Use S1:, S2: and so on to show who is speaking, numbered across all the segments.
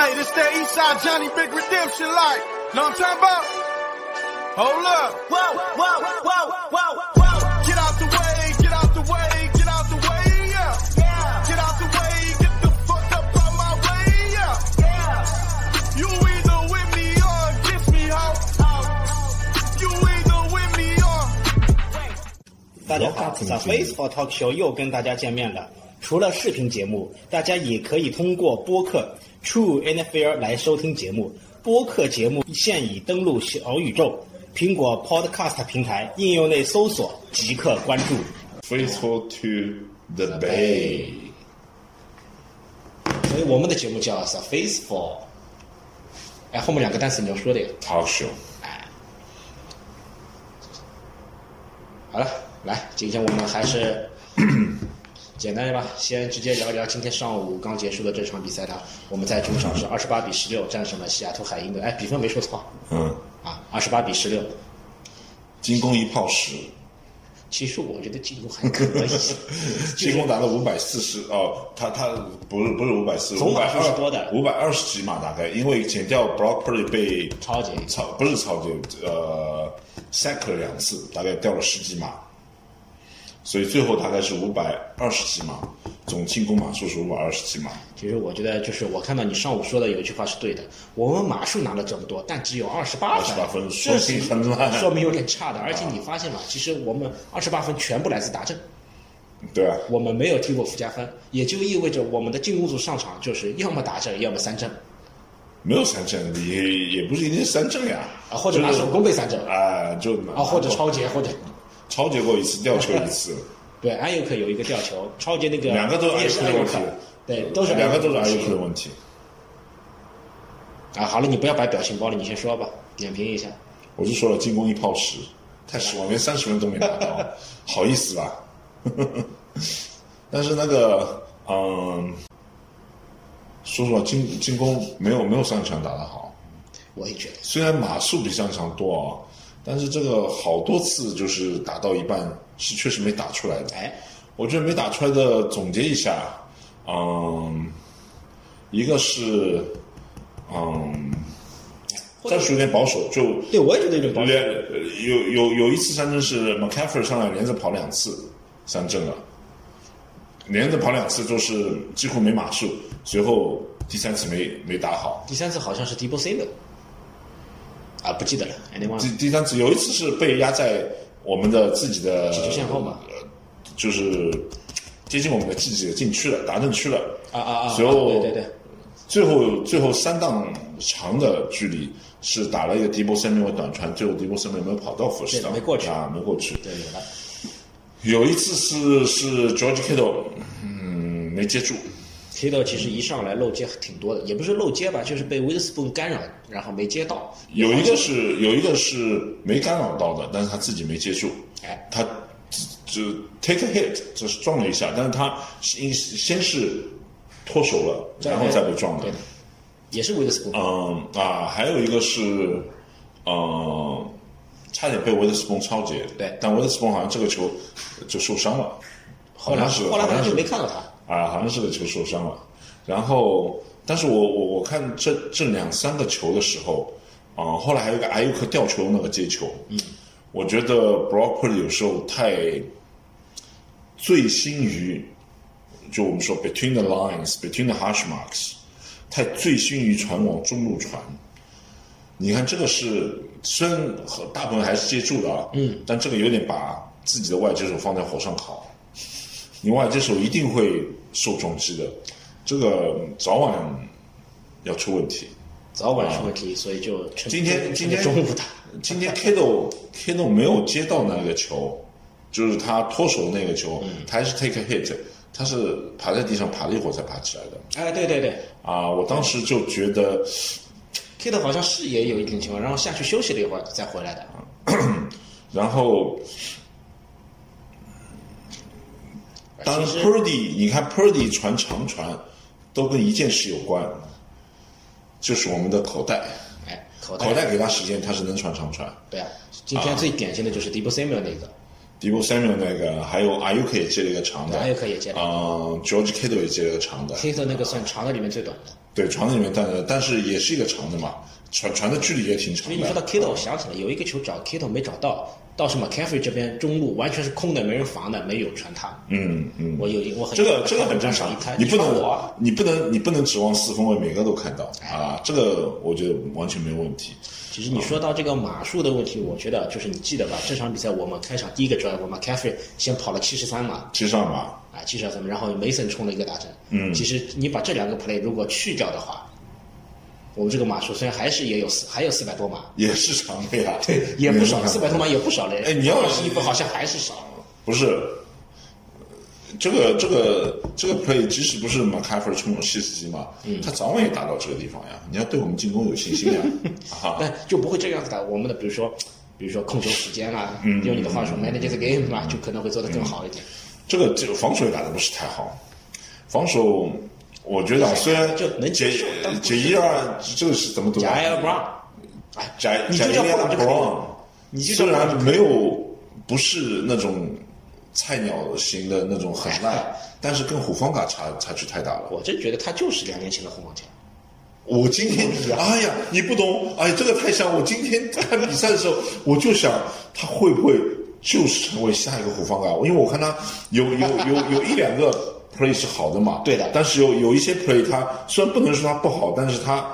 S1: Hey, this that Eastside Johnny Big Redemption like. Know what I'm talking about? Hold up. Whoa, whoa, whoa, whoa, whoa. Get out the way, get out the way, get out the way, yeah. Yeah. Get out the way, get the fuck up out my way, yeah. Yeah. You either with me or against me, ho. You either with me or
S2: 大家好 s u f a c e for Talk Show 又跟大家见面了。除了视频节目，大家也可以通过播客 True NFL 来收听节目。播客节目现已登录小宇宙、苹果 Podcast 平台应用内搜索即刻关注。
S3: faithful to the bay.
S2: 所以我们的节目叫 Surface for。哎，后面两个单词你要说的呀。
S3: Talk show.
S2: 好了，来，今天我们还 是简单一吧，先直接聊一聊今天上午刚结束的这场比赛呢。我们在主场是二十八比十六战胜了西雅图海鹰队，哎，比分没说错
S3: 嗯，
S2: 啊，二十八比十六。
S3: 进攻一炮十，
S2: 其实我觉得进攻还可 以，
S3: 进攻达到五百四十哦，他他不是不是五百四，
S2: 总
S3: 五
S2: 码
S3: 百
S2: 数是多的
S3: 五百二十几码大概，因为减掉 Brock Purdy 被
S2: 超级
S3: 超不是超级呃 sack 了两次，大概掉了十几码，所以最后大概是五百二十几码，总进攻码数是五百二十几码。
S2: 其实我觉得就是我看到你上午说的有一句话是对的，我们码数拿了这么多，但只有二十八分，
S3: 28分
S2: 这是
S3: 说明啊很烂
S2: 说明有点差的。而且你发现吗？其实我们二十八分全部来自达阵，
S3: 对啊，
S2: 我们没有踢过附加分，也就意味着我们的进攻组上场就是要么达阵，要么三阵
S3: 没有三振，也也不是一定是三振呀，
S2: 啊，或者拿
S3: 就是
S2: 手工被三阵
S3: 啊，就
S2: 啊，或者超节，或者
S3: 超级过一次，吊球一次，
S2: 对艾尤克有一个吊球，超节那个
S3: 两个都是
S2: 也是
S3: 艾
S2: 艾
S3: 尤
S2: 尤
S3: 克
S2: 克
S3: 的问题，
S2: 对，都是
S3: 两个都是
S2: 艾
S3: 艾
S2: 尤
S3: 瑞克
S2: 克
S3: 的问题。
S2: 啊。好了，你不要摆表情包了，你先说吧，点评一下。
S3: 我就说了，进攻一炮十，太失望，连三十分都没拿到，好意思吧？ 但是那个，嗯，说实话，进进攻没有没有上一场打得好，
S2: 我也觉得，
S3: 虽然码数比上一场多啊，但是这个好多次就是打到一半是确实没打出来的。
S2: 哎，
S3: 我觉得没打出来的总结一下，啊嗯，一个是，嗯，
S2: 或者
S3: 战术有点保守，就
S2: 对我也觉得有点保守。
S3: 连呃有有有一次三振是 McCaffrey 上来连着跑两次三振了，连着跑两次就是几乎没码数，随后第三次没没打好，
S2: 第三次好像是 d e b o s i 的，啊，不记得了
S3: 第
S2: ，anyone
S3: 第三次有一次是被压在我们的自己的
S2: 几局线后嘛，
S3: 就是接近我们的自己的禁区了，达阵区了。
S2: 啊啊啊，
S3: 随后
S2: 对对对，
S3: 最后最后三档长的距离是打了一个迪波森没有短传，最后迪波森没有跑到福士
S2: 对
S3: 档，
S2: 没过去
S3: 啊，没过去。
S2: 对有了，
S3: 有一次是是 George Kittle，嗯，没接住，
S2: 提到其实一上来漏接挺多的，也不是漏接吧，就是被 Witherspoon 干扰，然后没接到，
S3: 有一个是有一个是没干扰到的，但是他自己没接住，
S2: 哎
S3: 他就 take a hit，就是撞了一下，但是他先先是脱手了，然后再被撞了
S2: 对。的，也是 Witherspoon，、
S3: 嗯啊，还有一个是，嗯，差点被维特斯彭超截，
S2: 对
S3: 但维特斯彭好像这个球就受伤了，
S2: 后
S3: 好
S2: 来
S3: 像是，
S2: 后来
S3: 好
S2: 好
S3: 像
S2: 像
S3: 是
S2: 就没看到他，
S3: 啊，好像是个球受伤了。然后，但是我我我看这这两三个球的时候，啊、后来还有一个艾尤克吊球那个接球，嗯，我觉得 Brock Purdy 有时候太醉心于，就我们说 between the lines, between the hash marks，太醉心于传往中路传。你看这个是虽然和大部分还是接住的啊，嗯，但这个有点把自己的外接手放在火上烤。你外接手一定会受撞击的，这个早晚要出问题。
S2: 早晚是问题，所以就趁
S3: 今天
S2: 趁
S3: 今天
S2: 中午打，
S3: 今天 Kido Kido 没有接到那个球，就是他脱手那个球，
S2: 嗯
S3: 他还是 take a hit，他是爬在地上爬了一会儿才爬起来的。
S2: 哎，对对对
S3: 啊，我当时就觉得，
S2: ，Kid 好像视野有一定情况，然后下去休息了一会儿再回来的，
S3: 然后当
S2: 哎其实
S3: Purdy，你看 Purdy 传长传，都跟一件事有关，就是我们的口袋，
S2: 哎，口袋
S3: 口袋给他时间，他是能传长传。
S2: 对啊，今天最典型的就是 d e b o s i m i l 那个。
S3: d e b o Samuel 那个，还有 Ayuk 也接了一个长的
S2: 还有可以接
S3: 啊、g e o r g e Kittle 也接了一个长的，
S2: 黑色那个算长的里面最短的。
S3: 对，传的里面但但是也是一个长的嘛，传传的距离也挺长
S2: 所
S3: 的。
S2: 以你说到 Kittle，我想起来有一个球找 Kittle 没找到，倒是 McCaffrey 这边中路完全是空的，没人防的，没有传他。
S3: 嗯嗯，
S2: 我有我很
S3: 这个这个很正常
S2: 一哎猜，
S3: 你不能
S2: 说我
S3: 你不能你不能指望四分卫每个都看到啊，这个我觉得完全没问题。
S2: 其实你说到这个码数的问题，我觉得就是你记得吧，这场比赛我们开场第一个 drive，我们 McCaffrey 先跑了七十三码，
S3: 其实上嘛，
S2: 啊，七十二分，然后 Mason 冲了一个大阵。嗯，其实你把这两个 play 如果去掉的话，我们这个码数虽然还是也有四，还有四百多码，
S3: 也是长的呀，对
S2: 也不 少，四百多码也不少嘞。
S3: 嗯哎你要
S2: 是一分好像还是少。
S3: 不是，呃这个这个这个 play 即使不是 m c c a f r 冲了七十几码，
S2: 嗯
S3: 他早晚也打到这个地方呀。你要对我们进攻有信心 呀，啊，
S2: 但就不会这样子的。我们的比如说，比如说控球时间啦，
S3: 嗯
S2: 用你的话说 manage the game 啦，就可能会做得更好一点。
S3: 这个这个防守也打得不是太好，防守。我觉得啊虽然
S2: 就哎能接
S3: 解
S2: 受但不是
S3: 解伊尔这个是怎么读啊？
S2: 贾埃尔 Brown，哎，
S3: 宅
S2: 你
S3: 宅
S2: 就叫
S3: 一样
S2: Brown 就可以了
S3: Brown，。
S2: 你就叫
S3: 虽
S2: Brown
S3: 然没有不是那种菜鸟型的那种很烂，但是跟虎方卡差差距太大了。
S2: 我真觉得他就是两年前的红黄条。
S3: 我今天，哎呀，你不懂，哎，这个太像。我今天看比赛的时候，我就想他会不会就是成为下一个虎方卡？因为我看他有有有有一两个 play 是好的嘛，
S2: 对的
S3: 但是有有一些 play，他虽然不能说他不好，但是他。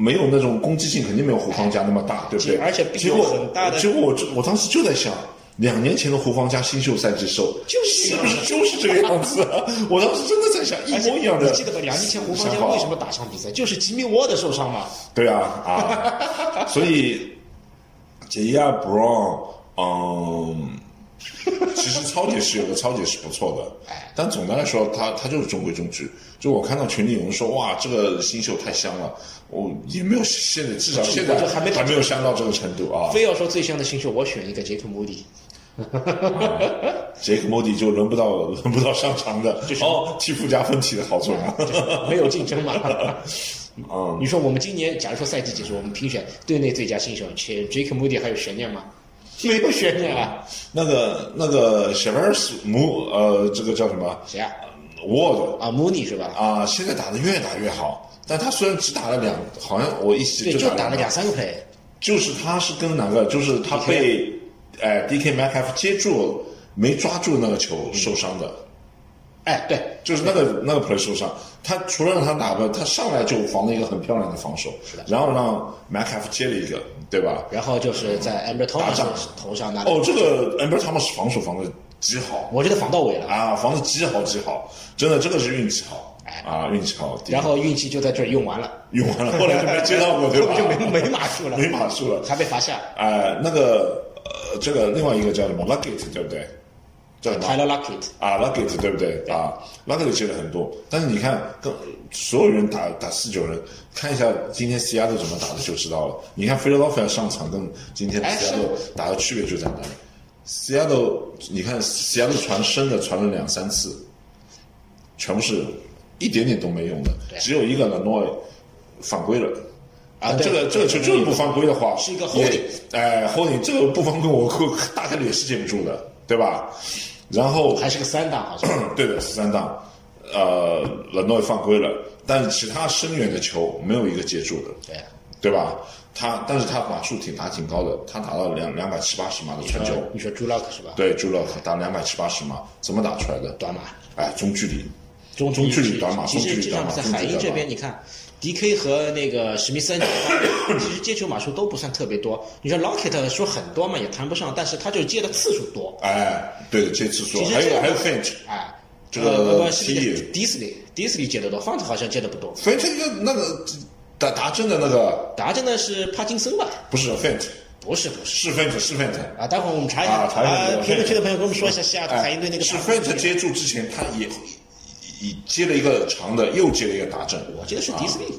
S3: 没有那种攻击性，肯定没有胡方家那么大，对不对？
S2: 而且并
S3: 结
S2: 有
S3: 果
S2: 很大的
S3: 结果我就我当时就在想，两年前的胡方家新秀赛季时候，
S2: 就是这啊
S3: 是
S2: 个
S3: 不是就是这个样子啊？我当时真的在想，一
S2: 而且
S3: 模一样的。
S2: 你记得吧？两年前胡方
S3: 想
S2: 江
S3: 法啊
S2: 为什么打上比赛？就是吉米沃德受伤嘛。
S3: 对啊 啊，所以杰伊亚 Brown，嗯，其实超级是有的，超级是不错的
S2: 哎，
S3: 但总的来说，他他就是中规中矩。就我看到群里有人说，哇，这个新秀太香了，我也没有现在至少
S2: 就
S3: 现在
S2: 我就还没到
S3: 没有香到这个程度啊。
S2: 非要说最像的新秀，我选一个杰克穆迪。
S3: 杰克莫迪就轮不到轮不到上场的，哦，替附加分起的好作用啊。
S2: 没有竞争嘛。
S3: 嗯
S2: 你说我们今年，假如说赛季结束，我们评选队内最佳新秀，且 Jake Moody 还有悬念吗？没有悬念啊。
S3: 那个那个小白鼠母呃，这个叫什么
S2: 谁啊？
S3: 沃德
S2: 啊，Moody 是吧？
S3: 啊、现在打得越打越好，但他虽然只打了两，好像我一直
S2: 对，就打
S3: 打
S2: 了两，三个 play，
S3: 就是他是跟哪个，就是他被哎 DK m c f 接住没抓住那个球受伤的，
S2: 哎，嗯对，
S3: 就是那个那个 play 受伤，他除了让他打不，他上来就防了一个很漂亮的防守，然后让 m c f 接了一个，对吧？
S2: 然后就是在 Amber
S3: 打
S2: Thomas
S3: 仗
S2: 头上拿，
S3: 哦，这个 Amber Thomas 防守防的极好
S2: 我觉得防到位了。
S3: 啊，防的极好极好，真的这个是运气好啊，运气好，
S2: 哎然后运气就在这儿用完了，
S3: 用完了，后来就没接到过，对吧？
S2: 就没没码数了，
S3: 没码数了。
S2: 还被罚下。
S3: 啊，那个呃，这个另外一个叫什么 Luggett 对不对？叫什么
S2: Tyler Lockett，
S3: 啊，Luggett 对不对啊？Luggett 接了很多，但是你看跟所有人打打四九人，看一下今天 Seattle 怎么打的就知道了。你看 Philadelphia 上场跟今天
S2: 哎是
S3: Seattle 打的区别就在哪里？Seattle 你看 Seattle 传深的传了两三次，全部是一点点都没用的，只有一个 l a n o i 犯规了。
S2: 啊对
S3: 这个这个球就是不犯规的话，
S2: 是一个
S3: 也
S2: holding
S3: 哎，holding 这个不犯规，我我大概率也是接不住的，对吧？然后
S2: 还是个三档，好 像
S3: 对的，十三档，呃，冷诺也犯规了，但是其他深远的球没有一个接住的，
S2: 对，啊
S3: 对吧？他，但是他码数挺打挺高的，他打到两两百七八十码的传球，
S2: 你说 Drew Lock 是吧？
S3: 对，朱勒打两百七八十码，怎么打出来的？
S2: 短码。
S3: 哎，中距离，
S2: 中
S3: 中距离短码
S2: 其
S3: 中距
S2: 实
S3: 离
S2: 这
S3: 短
S2: 场
S3: 码
S2: 比赛，
S3: 中距
S2: 海
S3: 离
S2: 鹰
S3: 短
S2: 这
S3: 码
S2: 边你看，DK 和那个史密森， 其实接球码数都不算特别多。你说 Lockett 说很多嘛，也谈不上，但是他就是接的次数多。
S3: 哎，对的，这次数
S2: 其实
S3: 还
S2: 这
S3: 有
S2: 个
S3: 还有 Finch，
S2: 哎，
S3: 这个
S2: 呃不是
S3: T
S2: Disley Disley 接的多，Font 好像接的不多。
S3: Finch 那个那个打达阵的那个
S2: 答着呢是帕金森吧？
S3: 不是 Finch，
S2: 不是不是
S3: 是 Finch 是 Finch，
S2: 啊，待会儿我们查一下
S3: 啊查一下这个
S2: 评论区的朋友跟我们说一下西雅图海鹰队那个
S3: 哎是
S2: 打法
S3: Fent 接住之前，他也也接了一个长的，又接了一个打阵。
S2: 我记得是 Disley。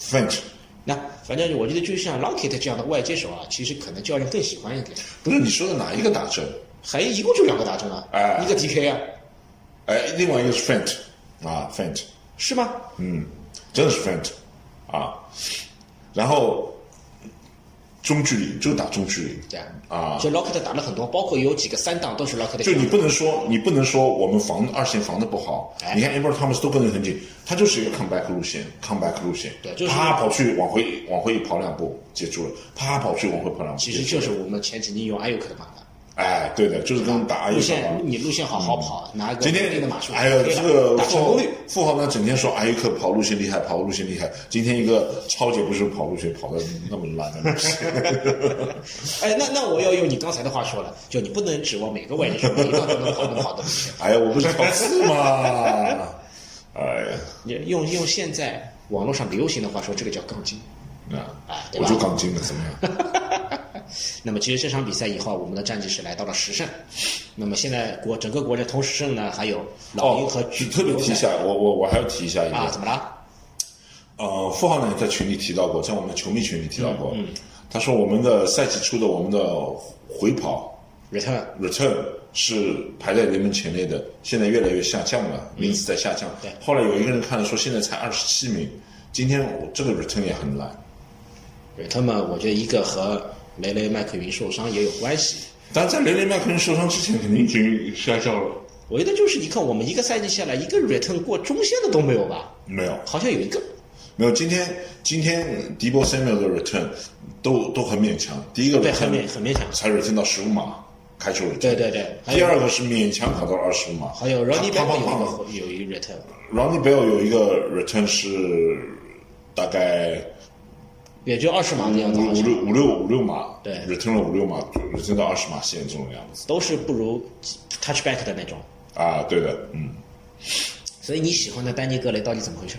S3: Fent
S2: 那反正我觉得就像 Lockett 这样的外接手啊，其实可能教练更喜欢一点。
S3: 不是你说的哪一个打阵？
S2: 海鹰一共就两个打针啊，
S3: 哎
S2: 一个 DK 啊，
S3: 哎，另外一个是 Fent 啊，Fent，
S2: 是吗？
S3: 嗯真的是 Fent 啊。然后中距离就打中距离，
S2: 对
S3: 啊
S2: 所以 Lockett 打了很多，包括有几个三档都是 Lockett
S3: 就你不能说你不能说我们防二线防的不好，
S2: 哎
S3: 你看 Amber Thomas 都跟得很紧，他就是一个 comeback 路线，comeback 路线，
S2: 对就是
S3: 啪跑去往回往回跑两步接住了，啪跑去往回跑两步，
S2: 其
S3: 接
S2: 实
S3: 住
S2: 就
S3: 了
S2: 是我们前几年用 i 尤克的办法，
S3: 哎，对的，就是跟打
S2: 路
S3: 一样
S2: 线你路线好好跑，拿个
S3: 嗯今
S2: 稳定
S3: 天
S2: 的码数，
S3: 还有
S2: 对
S3: 这
S2: 吧
S3: 个
S2: 打成
S3: 富豪
S2: 功率，
S3: 富豪呢，整天说哎艾克跑路线厉害，跑路线厉害。今天一个超姐不是跑路线跑的那么烂的 路线，
S2: 哎，那那我要用你刚才的话说了，就你不能指望每个外人说每一道都能跑那么好的路线，
S3: 哎呀，我不是挑刺 吗？哎呀，
S2: 你用用现在网络上流行的话说，这个叫杠精。
S3: 那
S2: 哎对
S3: 我
S2: 吧
S3: 就杠精了，怎么样？
S2: 那么其实这场比赛以后，啊我们的战绩是来到了十胜。那么现在国整个国家同时胜呢，还有 老鹰
S3: 哦
S2: 和，巨
S3: 你特别提一下，我我我还要提一下一
S2: 啊，
S3: 个
S2: 怎，么了？
S3: 呃，富豪呢在群里提到过，在我们的球迷群里提到过，
S2: 嗯
S3: 他说我们的赛季初的我们的回跑
S2: return
S3: return 是排在联盟前列的，现在越来越下降了，名次在下降。
S2: 嗯对
S3: 后来有一个人看了说，现在才二十七名，今天我这个 return 也很烂。
S2: return 嘛，我觉得一个和雷雷麦克云受伤也有关系。
S3: 但在雷雷麦克人受伤之前，肯定已经下降了。
S2: 我觉得就是你看，我们一个赛季下来，一个 return 过中线的都没有吧？
S3: 没有，
S2: 好像有一个。
S3: 没有。今天今天迪波 Samuel 的 return 都都很勉强，第一个
S2: 对
S3: return
S2: 很勉很勉强
S3: 才 return 到十五码，开球 return。
S2: 对对对还有
S3: 第二个是勉强跑到二十五码，
S2: 还有 Ronnie b a
S3: 啪
S2: b
S3: 啪啪
S2: e 有
S3: 啪
S2: 一个有一个 return，
S3: Ronnie Bell 有一个 return 是大概。
S2: 也就二十码的样子，
S3: 五
S2: 好
S3: 五
S2: 像
S3: 六五六五六码，
S2: 对
S3: ，return 了五六码，return 到二十码线这种样子
S2: 都是不如 touchback 的那种。
S3: 啊，对的，嗯，
S2: 所以你喜欢的丹尼格雷到底怎么回事？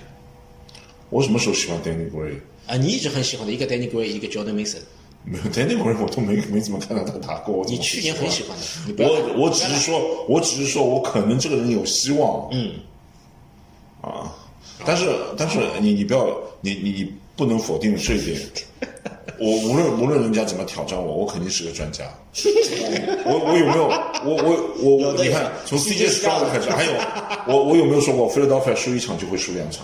S3: 我什么时候喜欢 Danny Gray？
S2: 啊，你一直很喜欢的一个 Danny Gray，一个 Jordan Mason，
S3: 没有 Danny Gray，我都没没怎么看到他打过。我怎
S2: 你
S3: 么
S2: 去年很喜欢的，你不要看
S3: 我我只是说，我只是说我可能这个人有希望，嗯，啊，但是但是你你不要你你你不能否定这一点。我无论无论人家怎么挑战我，我肯定是个专家。我我有没有我我我
S2: 有的
S3: 我你看
S2: 有
S3: 从
S2: 你
S3: CJ
S2: 知道
S3: Stroud
S2: 的
S3: 开始，还有我我有没有说过 Philadelphia 输一场就会输两场？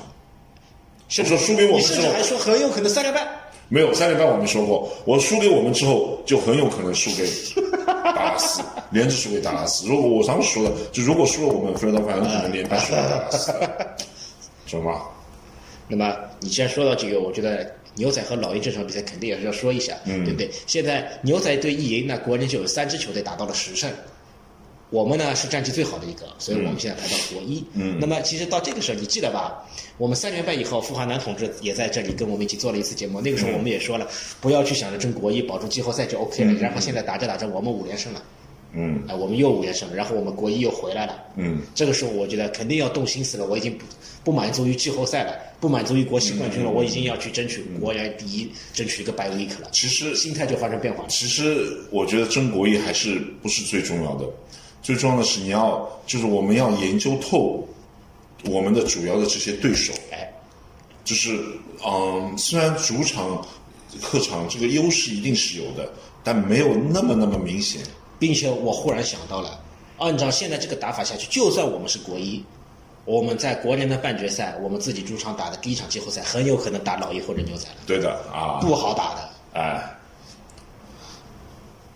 S2: 甚
S3: 我说输给我
S2: 你
S3: 们
S2: 甚
S3: 之
S2: 至
S3: 后
S2: 还说很有可能三连败。
S3: 没有三连败我没说过，我输给我们之后就很有可能输给达拉斯，连着输给达拉斯。如果我上次说的，就如果输了我们菲尔德反很可能连败输给达拉斯， 懂吗？
S2: 那么你既然说到这个，我觉得牛仔和老鹰这场比赛肯定也是要说一下，对不对？现在牛仔对一赢呢，国联就有三支球队达到了十胜。我们呢是战绩最好的一个，所以我们现在排到国一。嗯，那么其实到这个时候，你记得吧？我们三连败以后，傅华南同志也在这里跟我们一起做了一次节目。那个时候我们也说了，
S3: 嗯
S2: 不要去想着争国一，保住季后赛就 OK 了。然后现在打着打着，我们五连胜了。
S3: 嗯
S2: 啊，我们又五连胜了，然后我们国一又回来了。
S3: 嗯，
S2: 这个时候我觉得肯定要动心思了，我已经不不满足于季后赛了，不满足于国际冠
S3: 嗯
S2: 军了，我已经要去争取国联第一，争取一个 bye week 了。
S3: 其实
S2: 心态就发生变化了。
S3: 其实我觉得争国义还是不是最重要的，最重要的是你要就是我们要研究透我们的主要的这些对手，
S2: 哎，
S3: 就是嗯，虽然主场、客场这个优势一定是有的，但没有那么那么明显。
S2: 并且我忽然想到了，按照现在这个打法下去，就算我们是国一，我们在国联的半决赛，我们自己主场打的第一场季后赛，很有可能打老鹰或者牛仔了，
S3: 对的啊，
S2: 不好打的。
S3: 哎，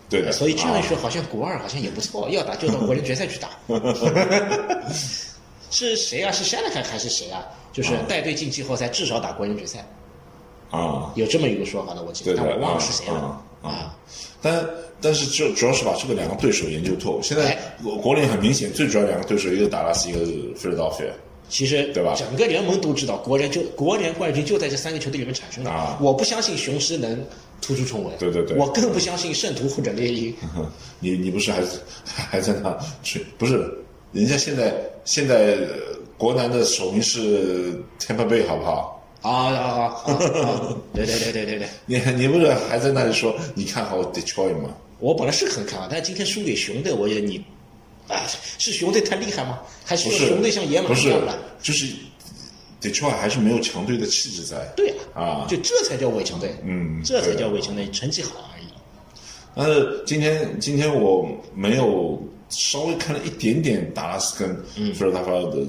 S3: 对的，
S2: 所以这样一
S3: 啊
S2: 说，好像国二好像也不错，要打就到国联决赛去打。 是谁啊？是 s h a n a 还是谁啊？就是带队进季后赛，至少打国联决赛，
S3: 啊，
S2: 有这么一个说法的，我记得，
S3: 对的
S2: 但我忘了是谁了
S3: 啊。
S2: 啊，
S3: 但但是主主要是把这个两个对手研究透。现在
S2: 哎
S3: 国国联很明显，最主要两个对手，一个达拉斯，一个菲尔道菲尔。
S2: 其实
S3: 对吧
S2: 整个联盟都知道，国联就国联冠军就在这三个球队里面产生的。
S3: 啊
S2: 我不相信雄狮能突出重围，
S3: 对对对
S2: 我更不相信圣徒或者猎鹰。
S3: 你你不是还还在 那去？不是，人家现在现在呃国男的首名是 Tampa Bay，好不好？
S2: 啊啊啊啊！ 啊对对对对对对，
S3: 你你不是还在那里说你看好 Detroit 吗？
S2: 我本来是很看好，但是今天输给熊队，我觉得你，啊，是熊队太厉害吗？还是
S3: 不
S2: 说
S3: 是，
S2: 熊队像野马
S3: 不
S2: 一
S3: 是
S2: 样了？，
S3: 就是 Detroit 还是没有强队的气质在。
S2: 对啊，
S3: 啊
S2: 就这才叫伪强队，
S3: 嗯
S2: 这才
S3: 对的
S2: 叫伪强队，成绩好而已。
S3: 但是今天今天我没有稍微看了一点点达拉斯跟菲尔达发的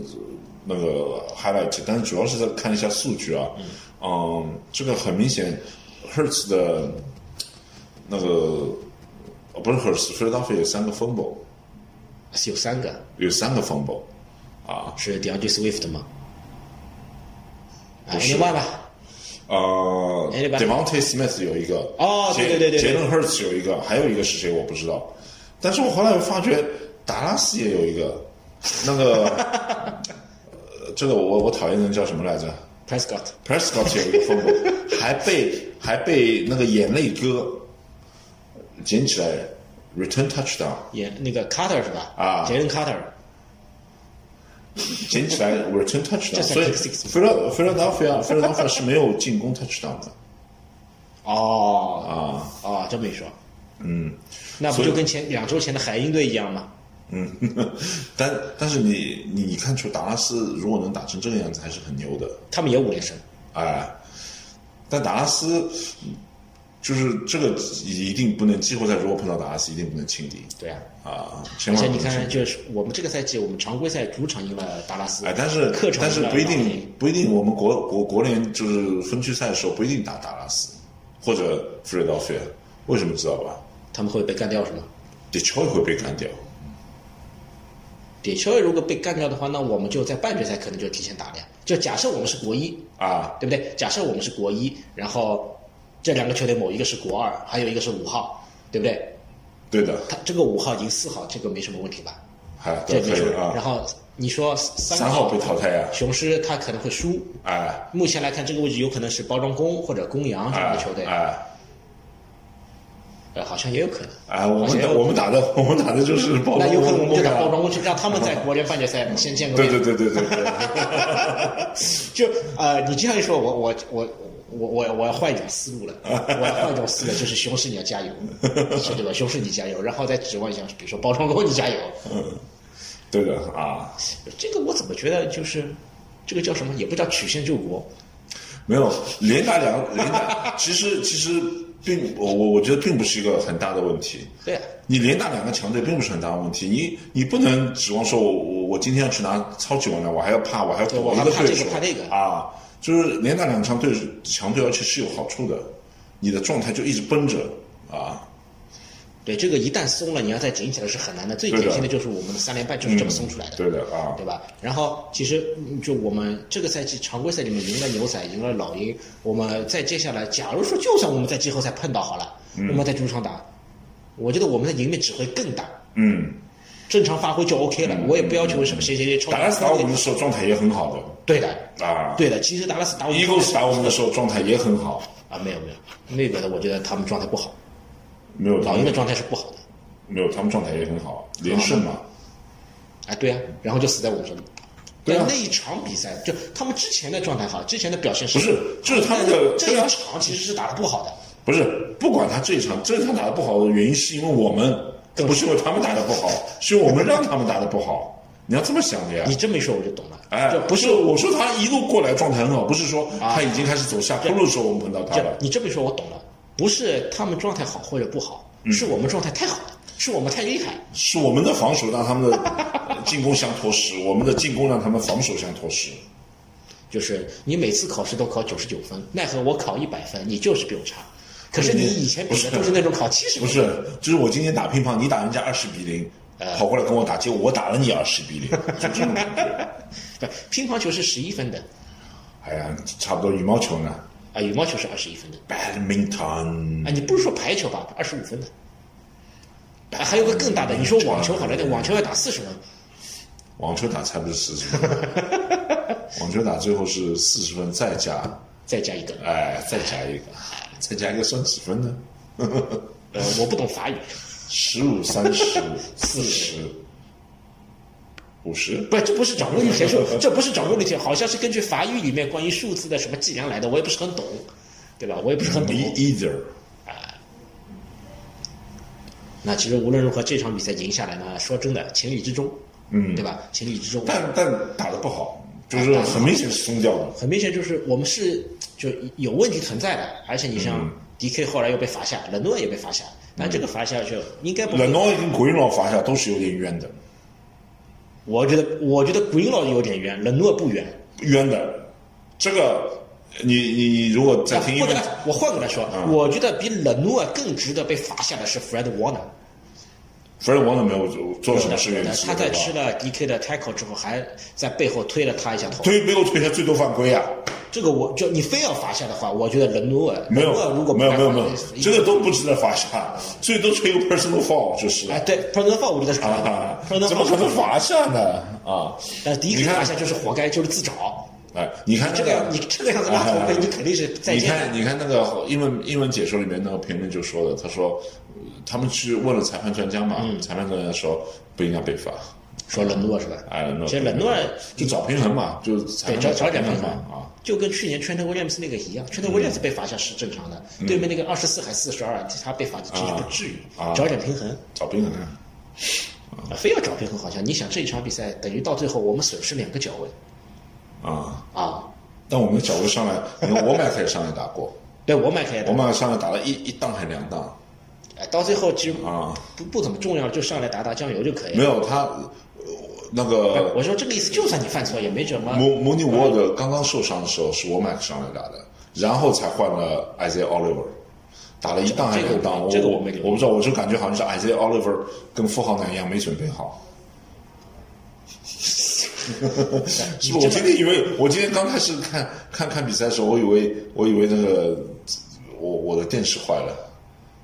S3: 那个 highlight，、但是主要是在看一下数据啊。嗯，这个很明显，Hertz 的那个呃不是 Hurst，菲尔达菲有三个 fumble，
S2: 是有三个，
S3: 有三个 fumble 啊，
S2: 是 DeAndre Swift 吗？啊
S3: 不是
S2: ，N Y 吧，
S3: 呃
S2: Anybody
S3: ，Devonte Smith 有一个，
S2: 哎哦
S3: 杰
S2: 对对对对对
S3: 杰伦 Hurts 有一个，还有一个是谁我不知道，但是我后来我发觉达拉斯也有一个，那个呃这个我我讨厌的人叫什么来着
S2: Prescott，
S3: ？Prescott 有一个 fumble，还被还被那个眼泪哥捡起来 return touchdown。
S2: 也那个 Carter 是吧？
S3: 啊
S2: 杰伦 Carter，
S3: 捡起来 return
S2: 这
S3: touchdown，
S2: 才
S3: 所以
S2: pick six
S3: 菲拉菲拉达菲亚菲拉达菲亚是没有进攻 touchdown 的
S2: 哦
S3: 啊，
S2: 哦，这么一说，嗯，那不就跟前两周前的海鹰队一样吗？
S3: 但但是你你你看出达拉斯如果能打成这个样子，还是很牛的，
S2: 他们也五连胜，
S3: 哎，但达拉斯就是这个一定不能，季后赛如果碰到达拉斯，一定不能轻敌
S2: 对啊。
S3: 啊，千
S2: 而且
S3: 万
S2: 你
S3: 不能
S2: 看，
S3: 轻敌。
S2: 就是我们这个赛季，我们常规赛主场赢了达拉斯，
S3: 哎，但是
S2: 客场
S3: 但是
S2: 赢了
S3: 不一
S2: 老鹰
S3: 定不一定，我们国国国联就是分区赛的时候不一定打达拉斯或者菲拉达菲亚，为什么知道吧？
S2: 他们会被干掉是吗？
S3: Detroit 会被干掉。
S2: d e t r 如果被干掉的话，那我们就在半决赛可能就提前打了呀。就假设我们是国一，
S3: 啊，
S2: 对不对？假设我们是国一，然后这两个球队某一个是国二，还有一个是五号，对不对？
S3: 对的，
S2: 他这个五号赢四号，这个没什么问题吧？
S3: 还
S2: 这
S3: 都
S2: 没
S3: 可
S2: 什么
S3: 以
S2: 问题。然
S3: 啊。
S2: 后你说三
S3: 三号被淘汰呀、
S2: 雄狮他可能会输。
S3: 啊，哎
S2: 目前来看，这个位置有可能是包装工或者公羊这样
S3: 哎
S2: 的球队，
S3: 哎
S2: 呃，好像也有可能。
S3: 哎，
S2: 好
S3: 我们
S2: 像
S3: 打
S2: 有嗯
S3: 我们打的我们打的就是包
S2: 那
S3: 装
S2: 有可能我们就打
S3: 工啊
S2: 包装工去，让他们在国联半决赛先见个
S3: 对
S2: 面。
S3: 对对对对对，
S2: 就呃，你这样一说，我我我我我我要换一种思 路了，我要换一种思路，就是雄狮你要加油，是对吧？雄狮你加油，然后再指望一下，比如说包装工你加油，
S3: 对的啊，
S2: 这个我怎么觉得就是这个叫什么，也不叫曲线救国，
S3: 没有连打两连打，其实其实并我我我觉得并不是一个很大的问题。
S2: 对啊，
S3: 你连打两个强队并不是很大的问题，你你不能指望说我我我今天要去拿超级碗了，我还要怕我还要
S2: 对
S3: 躲
S2: 我
S3: 一
S2: 还
S3: 个
S2: 怕
S3: 对
S2: 这个
S3: 手
S2: 怕那个
S3: 啊，就是连打两场对强队，而且是有好处的，你的状态就一直绷着啊，
S2: 对，这个一旦松了，你要再紧起来是很难的。最
S3: 对的
S2: 典型的就是我们的三连败就是这么松出来的。
S3: 嗯对的啊
S2: 对，吧？然后其实嗯就我们这个赛季常规赛里面赢了牛仔，赢了老鹰，我们在接下来，假如说就算我们在季后赛碰到好了，
S3: 嗯
S2: 我们在主场打，我觉得我们的赢面只会更大，
S3: 嗯，
S2: 正常发挥就 OK 了，我也不要求什么谁谁谁超
S3: 打拉斯打我们的时候状态也很好的
S2: 对的，
S3: 啊，
S2: 对的，其实达拉斯打我们
S3: ，Eagles 打我们的时候状态也很好，
S2: 啊，没有没有，那个的我觉得他们状态不好，
S3: 没有
S2: 老
S3: 他
S2: 鹰的
S3: 们
S2: 状态是不好的，
S3: 没有他们状态也很好，连胜嘛，
S2: 哎，对啊，然后就死在我们手里。
S3: 对啊
S2: 但那一场比赛，就他们之前的状态好，之前的表现是
S3: 不是就是他们的
S2: 但这
S3: 对啊
S2: 一场其实是打得不好的，
S3: 不是不管他这一场这一场打的不好的原因是因为我们，
S2: 更
S3: 不是因为他们打的不好，是因为我们让他们打的不好，你要这么想的呀
S2: 你。这么一说我就懂了，
S3: 哎，
S2: 就不是
S3: 是我说他一路过来状态很好，不是说他已经开始走下坡路的时候我们碰到他
S2: 就
S3: 了。
S2: 你这么一说我懂了，不是他们状态好或者不好，
S3: 嗯
S2: 是我们状态太好了，是我们太厉害，
S3: 是我们的防守让他们的 进攻相脱实，我们的进攻让他们防守相脱实。
S2: 就是你每次考试都考九十九分，奈何我考一百分，你就是比我差。可是你以前比的都是那种考七十
S3: 不
S2: 分，
S3: 是，就是我今天打乒乓，你打人家二十比零，
S2: 哎
S3: 跑过来跟我打，结果我打了你二十比零，就这种感觉。
S2: 不，乒乓球是十一分的，
S3: 哎呀，差不多羽毛球呢
S2: 啊，羽毛球是二十一分的，
S3: ，badminton
S2: 啊， 你不是说排球吧，二十五分的，啊，还有个更大的，你说网球好了，那网球要打四十分，
S3: 网球打才不是四十 分，网球打最后是四十分再加，
S2: 再加一个，
S3: 哎，再加一个，再加一个算几分呢？
S2: 呃，我不懂法语，
S3: 十五、三十、 四十、五十，
S2: 不，这不是掌握力学术，这不是掌握力学，好像是根据法语里面关于数字的什么计量来的，我也不是很懂，对吧？我也不是很
S3: me
S2: 懂。
S3: either。
S2: 那其实无论如何，这场比赛赢下来呢，说真的，情理之中，嗯，对吧？情理之中。
S3: 但但打得不好，就是很明显是松掉的。
S2: 很明显就是我们是就有问题存在的，而且你像
S3: 嗯
S2: DK 后来又被罚下，冷诺也被罚下，但这个罚下就应该不会
S3: 冷诺跟古云老罚下都是有点冤的，
S2: 我觉得我觉得 Greenlaw 有点冤，冷诺不冤，
S3: 冤的。这个你你你如果在
S2: 啊
S3: 听英
S2: 或者
S3: 文，
S2: 我换个来说，
S3: 嗯
S2: 我觉得比冷诺更值得被罚下的是 Fred Warner。
S3: 弗雷王怎没有做什么事情？
S2: 他在吃了 DK 的 tackle 之后，还在背后推了他一下头。
S3: 推没有推他最多犯规啊，
S2: 这个我就你非要罚下的话，我觉得冷诺
S3: 没有
S2: 如果不
S3: 没有
S2: 罚
S3: 没有没有
S2: 就是，一嗯
S3: 这个都不值得罚下，最多吹个 personal foul 就是
S2: 哎对 p e r n a f 我觉得是可能
S3: 啊
S2: 的 p e r n a
S3: 怎么可能？罚下呢？啊，
S2: 但是
S3: 你
S2: DK
S3: 看
S2: 罚下就是活该，就是自找。
S3: 哎，你看
S2: 这个样，你这个样子拉头
S3: 哎
S2: 盔，你肯定是再
S3: 你
S2: 见的。
S3: 看，你看那个英文英文解说里面那个评论就说了，他说呃他们去问了裁判专家嘛，
S2: 嗯
S3: 裁判专家说不应该被罚，
S2: 说冷诺是吧？
S3: 哎，那
S2: 其实冷诺
S3: 就找平衡嘛，就裁
S2: 对
S3: 判
S2: 找找
S3: 平
S2: 点
S3: 衡
S2: 平
S3: 嘛
S2: 衡
S3: 啊。，
S2: 嗯
S3: 嗯
S2: 就跟去年 Trent Williams 那个一样，Trent Williams 被罚下是正常的，对面那个二十四还四十二，他被罚其实不至于
S3: 啊，
S2: 找点平衡。
S3: 找平衡啊，
S2: 啊，非要找平衡，好像你想这一场比赛等于到最后我们损失两个脚位
S3: 啊！
S2: 啊。
S3: 但我们角度上来，你看我麦克也上来打 过，
S2: 对，我买可以
S3: 我
S2: 的，
S3: 麦克上来打了一一档还两档
S2: 哎到最后其实
S3: 啊，
S2: 不不怎么重要，就上来打打酱油就可以
S3: 没
S2: 了。
S3: 有他呃那个
S2: 哎我说这个意思，就算你犯错也没什么。
S3: 摩摩尼沃德刚刚受伤的时候是我麦克上来打的，然后才换了 Isaiah Oliver，打了一档还
S2: 这个
S3: 两档，
S2: 这个
S3: 我
S2: 我没留意
S3: 我不知道，我就感觉好像是 Isaiah Oliver 跟富豪男一样没准备好。 是不是？我今天以为，我今天刚开始看看看比赛的时候，我以为我以为那个我我的电视坏了，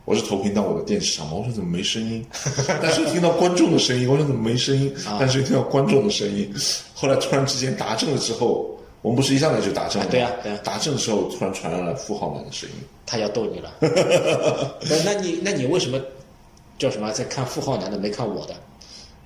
S3: 我是投屏到我的电视上嘛，我说怎么没声音？ 但是听到观众的声音，我说怎么没声音？
S2: 啊
S3: 但是听到观众的声音，后来突然之间达正了之后，我们不是一上来就达正了吗、
S2: 啊对啊对啊
S3: 达正之后突然传来了付浩南的声音，
S2: 他要逗 你了，那那你那你为什么叫什么在看富浩男的没看我的？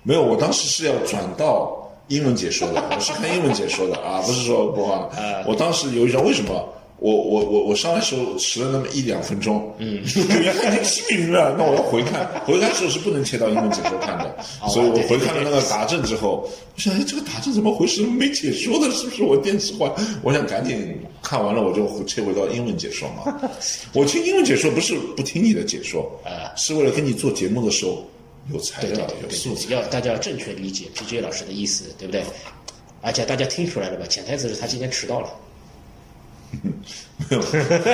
S3: 没有，我当时是要转到英文解说的，我是看英文解说的 啊，不是说不忘
S2: 呃
S3: 了。我当时有一种为什么我我我我上来时候迟了那么一两分钟， 嗯，就一看已经七比零了，啊那我要回看，回看的时候是不能切到英文解说看 的，所以我回看了那个打阵之后，我想哎这个打阵怎么回事？没解说的，是不是我电视坏？我想哎赶紧看完了我就切回到英文解说 嘛。我听英文解说不是不听你的解说，是为了跟你做节目的时候。有材
S2: 啊对对
S3: 料
S2: 对，
S3: 有
S2: 对
S3: 素材
S2: 对，要大家要正确理解 PJ 老师的意思，对不对？而且大家听出来了吧？潜台词是他今天迟到了。
S3: 没有，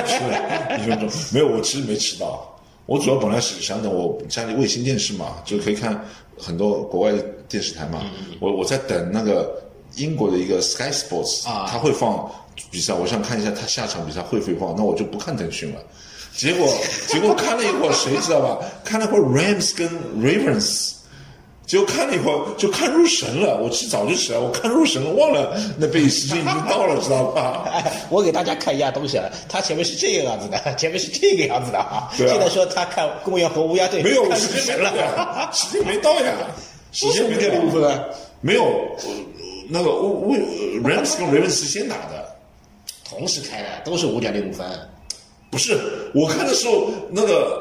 S3: 一分钟 没有，我其实没迟到。我主要本来是想等我家里卫星电视嘛，就可以看很多国外的电视台嘛。我我在等那个英国的一个 Sky Sports，
S2: 啊
S3: 他会放比赛，我想看一下他下场比赛会不会放，那我就不看腾讯了。结果结果看了一会儿，谁知道吧？看了一会儿 Rams 跟 Ravens。结果看了一会儿，就看入神了。我其实早就起来，我看入神了，忘了那北时间已经到了，知道吧？
S2: 哎，我给大家看一样东西了，他前面是这个样子的， 前面是这个样子的啊。
S3: 对啊
S2: 现在说他看公园和乌鸦队，
S3: 没有，
S2: 看
S3: 时
S2: 出
S3: 间
S2: 神
S3: 没到
S2: 了。
S3: 呀，时间没到呀，时间没
S2: 这
S3: 到
S2: 部分啊，
S3: 没有，呃那个乌乌呃 Rams 跟 Ravens 是先打的，
S2: 同时开的，都是五点零五分。
S3: 不是我看的时候，那个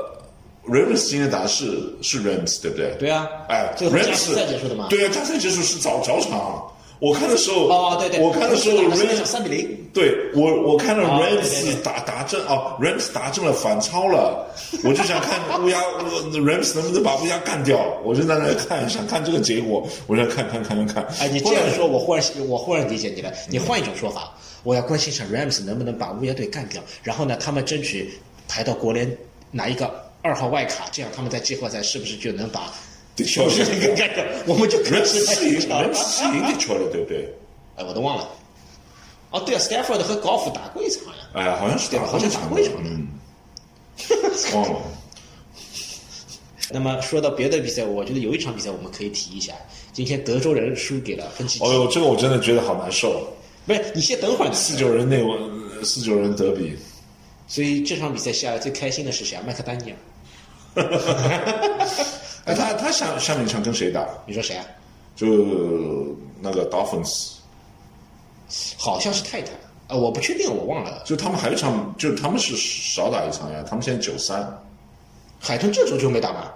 S3: Ravens 今天打的是是 Rams 对不对？
S2: 对啊
S3: 哎
S2: 最后加
S3: ，Rams
S2: 时赛结束的嘛
S3: 对啊，加赛结束是早早场。我看的时候，
S2: 哦，对对，
S3: 我看的时候
S2: 是
S3: Rams
S2: 三比零。
S3: 对我，我看了
S2: 啊对对
S3: Rams
S2: 对
S3: 打打正啊，Rams 打正了反超了， 我就想看乌鸦呃 Rams 能不能把乌鸦干掉，我就在那看，想看这个结果，我就看看看看看。
S2: 哎，你
S3: 后
S2: 这
S3: 来
S2: 样说，我忽然我忽然理解你了。你换一种说法，我要关心一下 Rams 能不能把乌鸦队干掉，然后呢，他们争取排到国联拿一个二号外卡，这样他们在季后赛是不是就能把
S3: 得球
S2: 这个干掉？我们就可以
S3: Rams 是赢
S2: 赢了。
S3: ，Rams 是赢的球了，对不对？
S2: 哎，我都忘了。哦，对啊，Stafford 和 Golf 打过一场呀。
S3: 哎，好像是
S2: 对
S3: 打
S2: 吧好像打过一场的
S3: 嗯，忘了。
S2: 那么说到别的比赛，我觉得有一场比赛我们可以提一下。今天德州人输给了分歧，
S3: 哦呦，这个我真的觉得好难受，啊
S2: 不是你先等会儿呢。
S3: 四九人内网，四九人德比。
S2: 所以这场比赛下来最开心的是谁啊？麦克丹尼尔。
S3: 哎，他他下下面场跟谁打？
S2: 你说谁啊？
S3: 就那个 Dolphins。
S2: 好像是泰坦，呃，我不确定，我忘了。
S3: 就他们还有一场，就他们是少打一场呀，他们现在九三，
S2: 海豚这周就没打吧？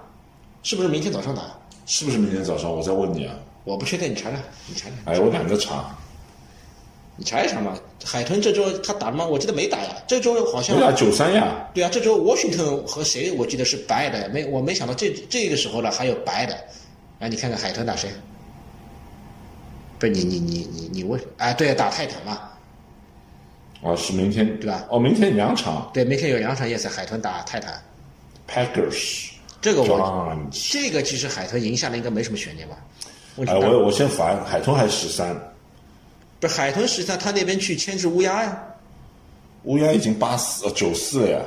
S2: 是不是明天早上打？
S3: 是不是明天早上？我再问你啊。
S2: 我不确定，你查查，你查查，
S3: 哎，我懒得查，
S2: 你查一查嘛。海豚这周他打了吗？我记得没打呀。这周好像
S3: 我俩九三呀。
S2: 对啊，这周 Washington 和谁我记得是白的，没我没想到这这个时候了还有白的。啊，你看看海豚打谁？哎不是你你你你你为啊？对啊，打泰坦嘛。
S3: 啊，是明天
S2: 对吧
S3: 哦，明天两场
S2: 对，明天有两场夜赛，海豚打泰坦，
S3: Packers，
S2: 这个我
S3: Giants
S2: 这个其实海豚赢下来应该没什么悬念吧？问题
S3: 哎，
S2: 大
S3: 我我先烦，海豚还十三，
S2: 不是海豚实际上他那边去牵制乌鸦呀、
S3: 乌鸦已经八四九四呀，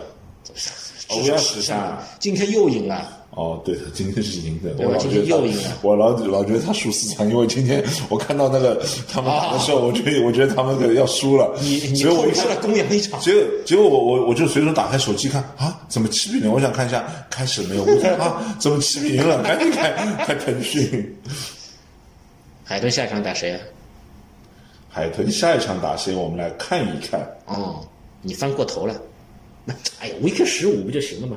S3: 哦乌鸦十三啊。
S2: 今天又赢了，
S3: 哦，对，今天是赢的，
S2: 对
S3: 我老
S2: 今
S3: 觉
S2: 天
S3: 得
S2: 又
S3: 他
S2: 赢了
S3: 我老老觉得他输四场，因为今天我看到那个他们打的时候，我觉得我觉得他们可能要输了，
S2: 啊你你
S3: 所以我
S2: 偷
S3: 一
S2: 看
S3: 下
S2: 了公羊一场，
S3: 结果结果我我我就随手打开手机看啊，怎么七比零？我想看一下，开始没有？我看啊，怎么七比零了？赶紧看看腾讯。
S2: 海豚下一场打谁啊？
S3: 海豚下一场打谁？我们来看一看。
S2: 哦，你翻过头了，那哎呀，week 十五不就行了吗？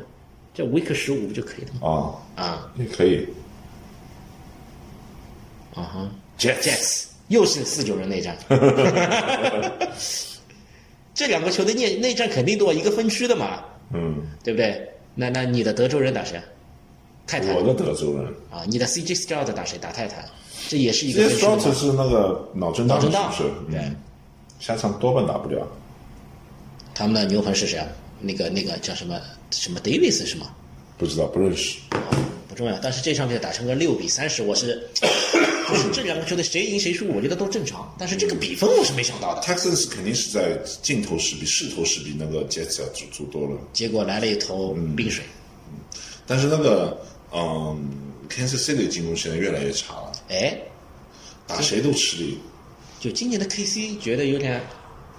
S2: 这 week 十五不就可以了吗？
S3: 啊，
S2: 啊
S3: 也可以。
S2: 啊哈
S3: Jets
S2: ，Jets 又是四九人内 战，这两个球队内内战肯定都有一个分区的嘛，
S3: 嗯，
S2: 对不对？那那你的德州人打谁啊？泰坦
S3: 我的德州人。
S2: 啊，你的 CJ Stroud 打谁？打泰坦，这也是一个
S3: 这
S2: 分区的嘛
S3: Stroud 是那个脑震
S2: 脑
S3: 荡，是
S2: 震
S3: 不
S2: 荡
S3: 是？
S2: 对
S3: 嗯，下场多半打不了。
S2: 他们的牛棚是谁啊？那个那个叫什么什么 Davis 是吗？
S3: 不知道，不认识。
S2: 不重要，但是这场比赛打成个六比三十，我是， 就是这两个球队谁赢谁输，我觉得都正常。但是这个比分我是没想到的。
S3: Texans 肯定是在镜头是比势头是比那个 Jets 要足足多了，
S2: 结果来了一头冰水，
S3: 但是那个嗯，Kansas City 进攻现在越来越差了，
S2: 哎，
S3: 打谁都吃力。
S2: 就今年的 KC 觉得有点，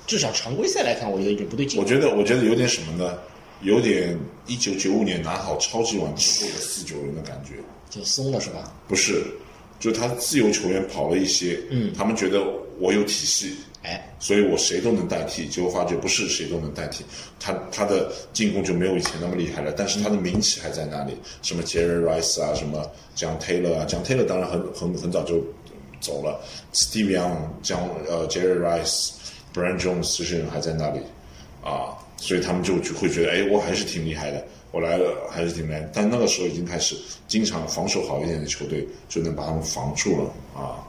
S2: 至少常规赛来看，我觉得有点不对劲
S3: 我。觉得，我觉得有点什么呢？有点一九九五年拿好超级碗之后的四九人的感觉，
S2: 就松了是吧？
S3: 不是？就他自由球员跑了一些，嗯，他们觉得我有体系，
S2: 哎，
S3: 所以我谁都能代替，结果发觉不是谁都能代替，他他的进攻就没有以前那么厉害了，但是他的名气还在那里，什么杰瑞 rice 啊，什么 John Taylor 啊，John Taylor 当然很很很早就走了，Steve Young、江呃杰瑞 rice、Brian Jones 这些人还在那里啊，所以他们就就会觉得，哎，我还是挺厉害的，我来了还是挺厉害，但那个时候已经开始，经常防守好一点的球队就能把他们防住了啊。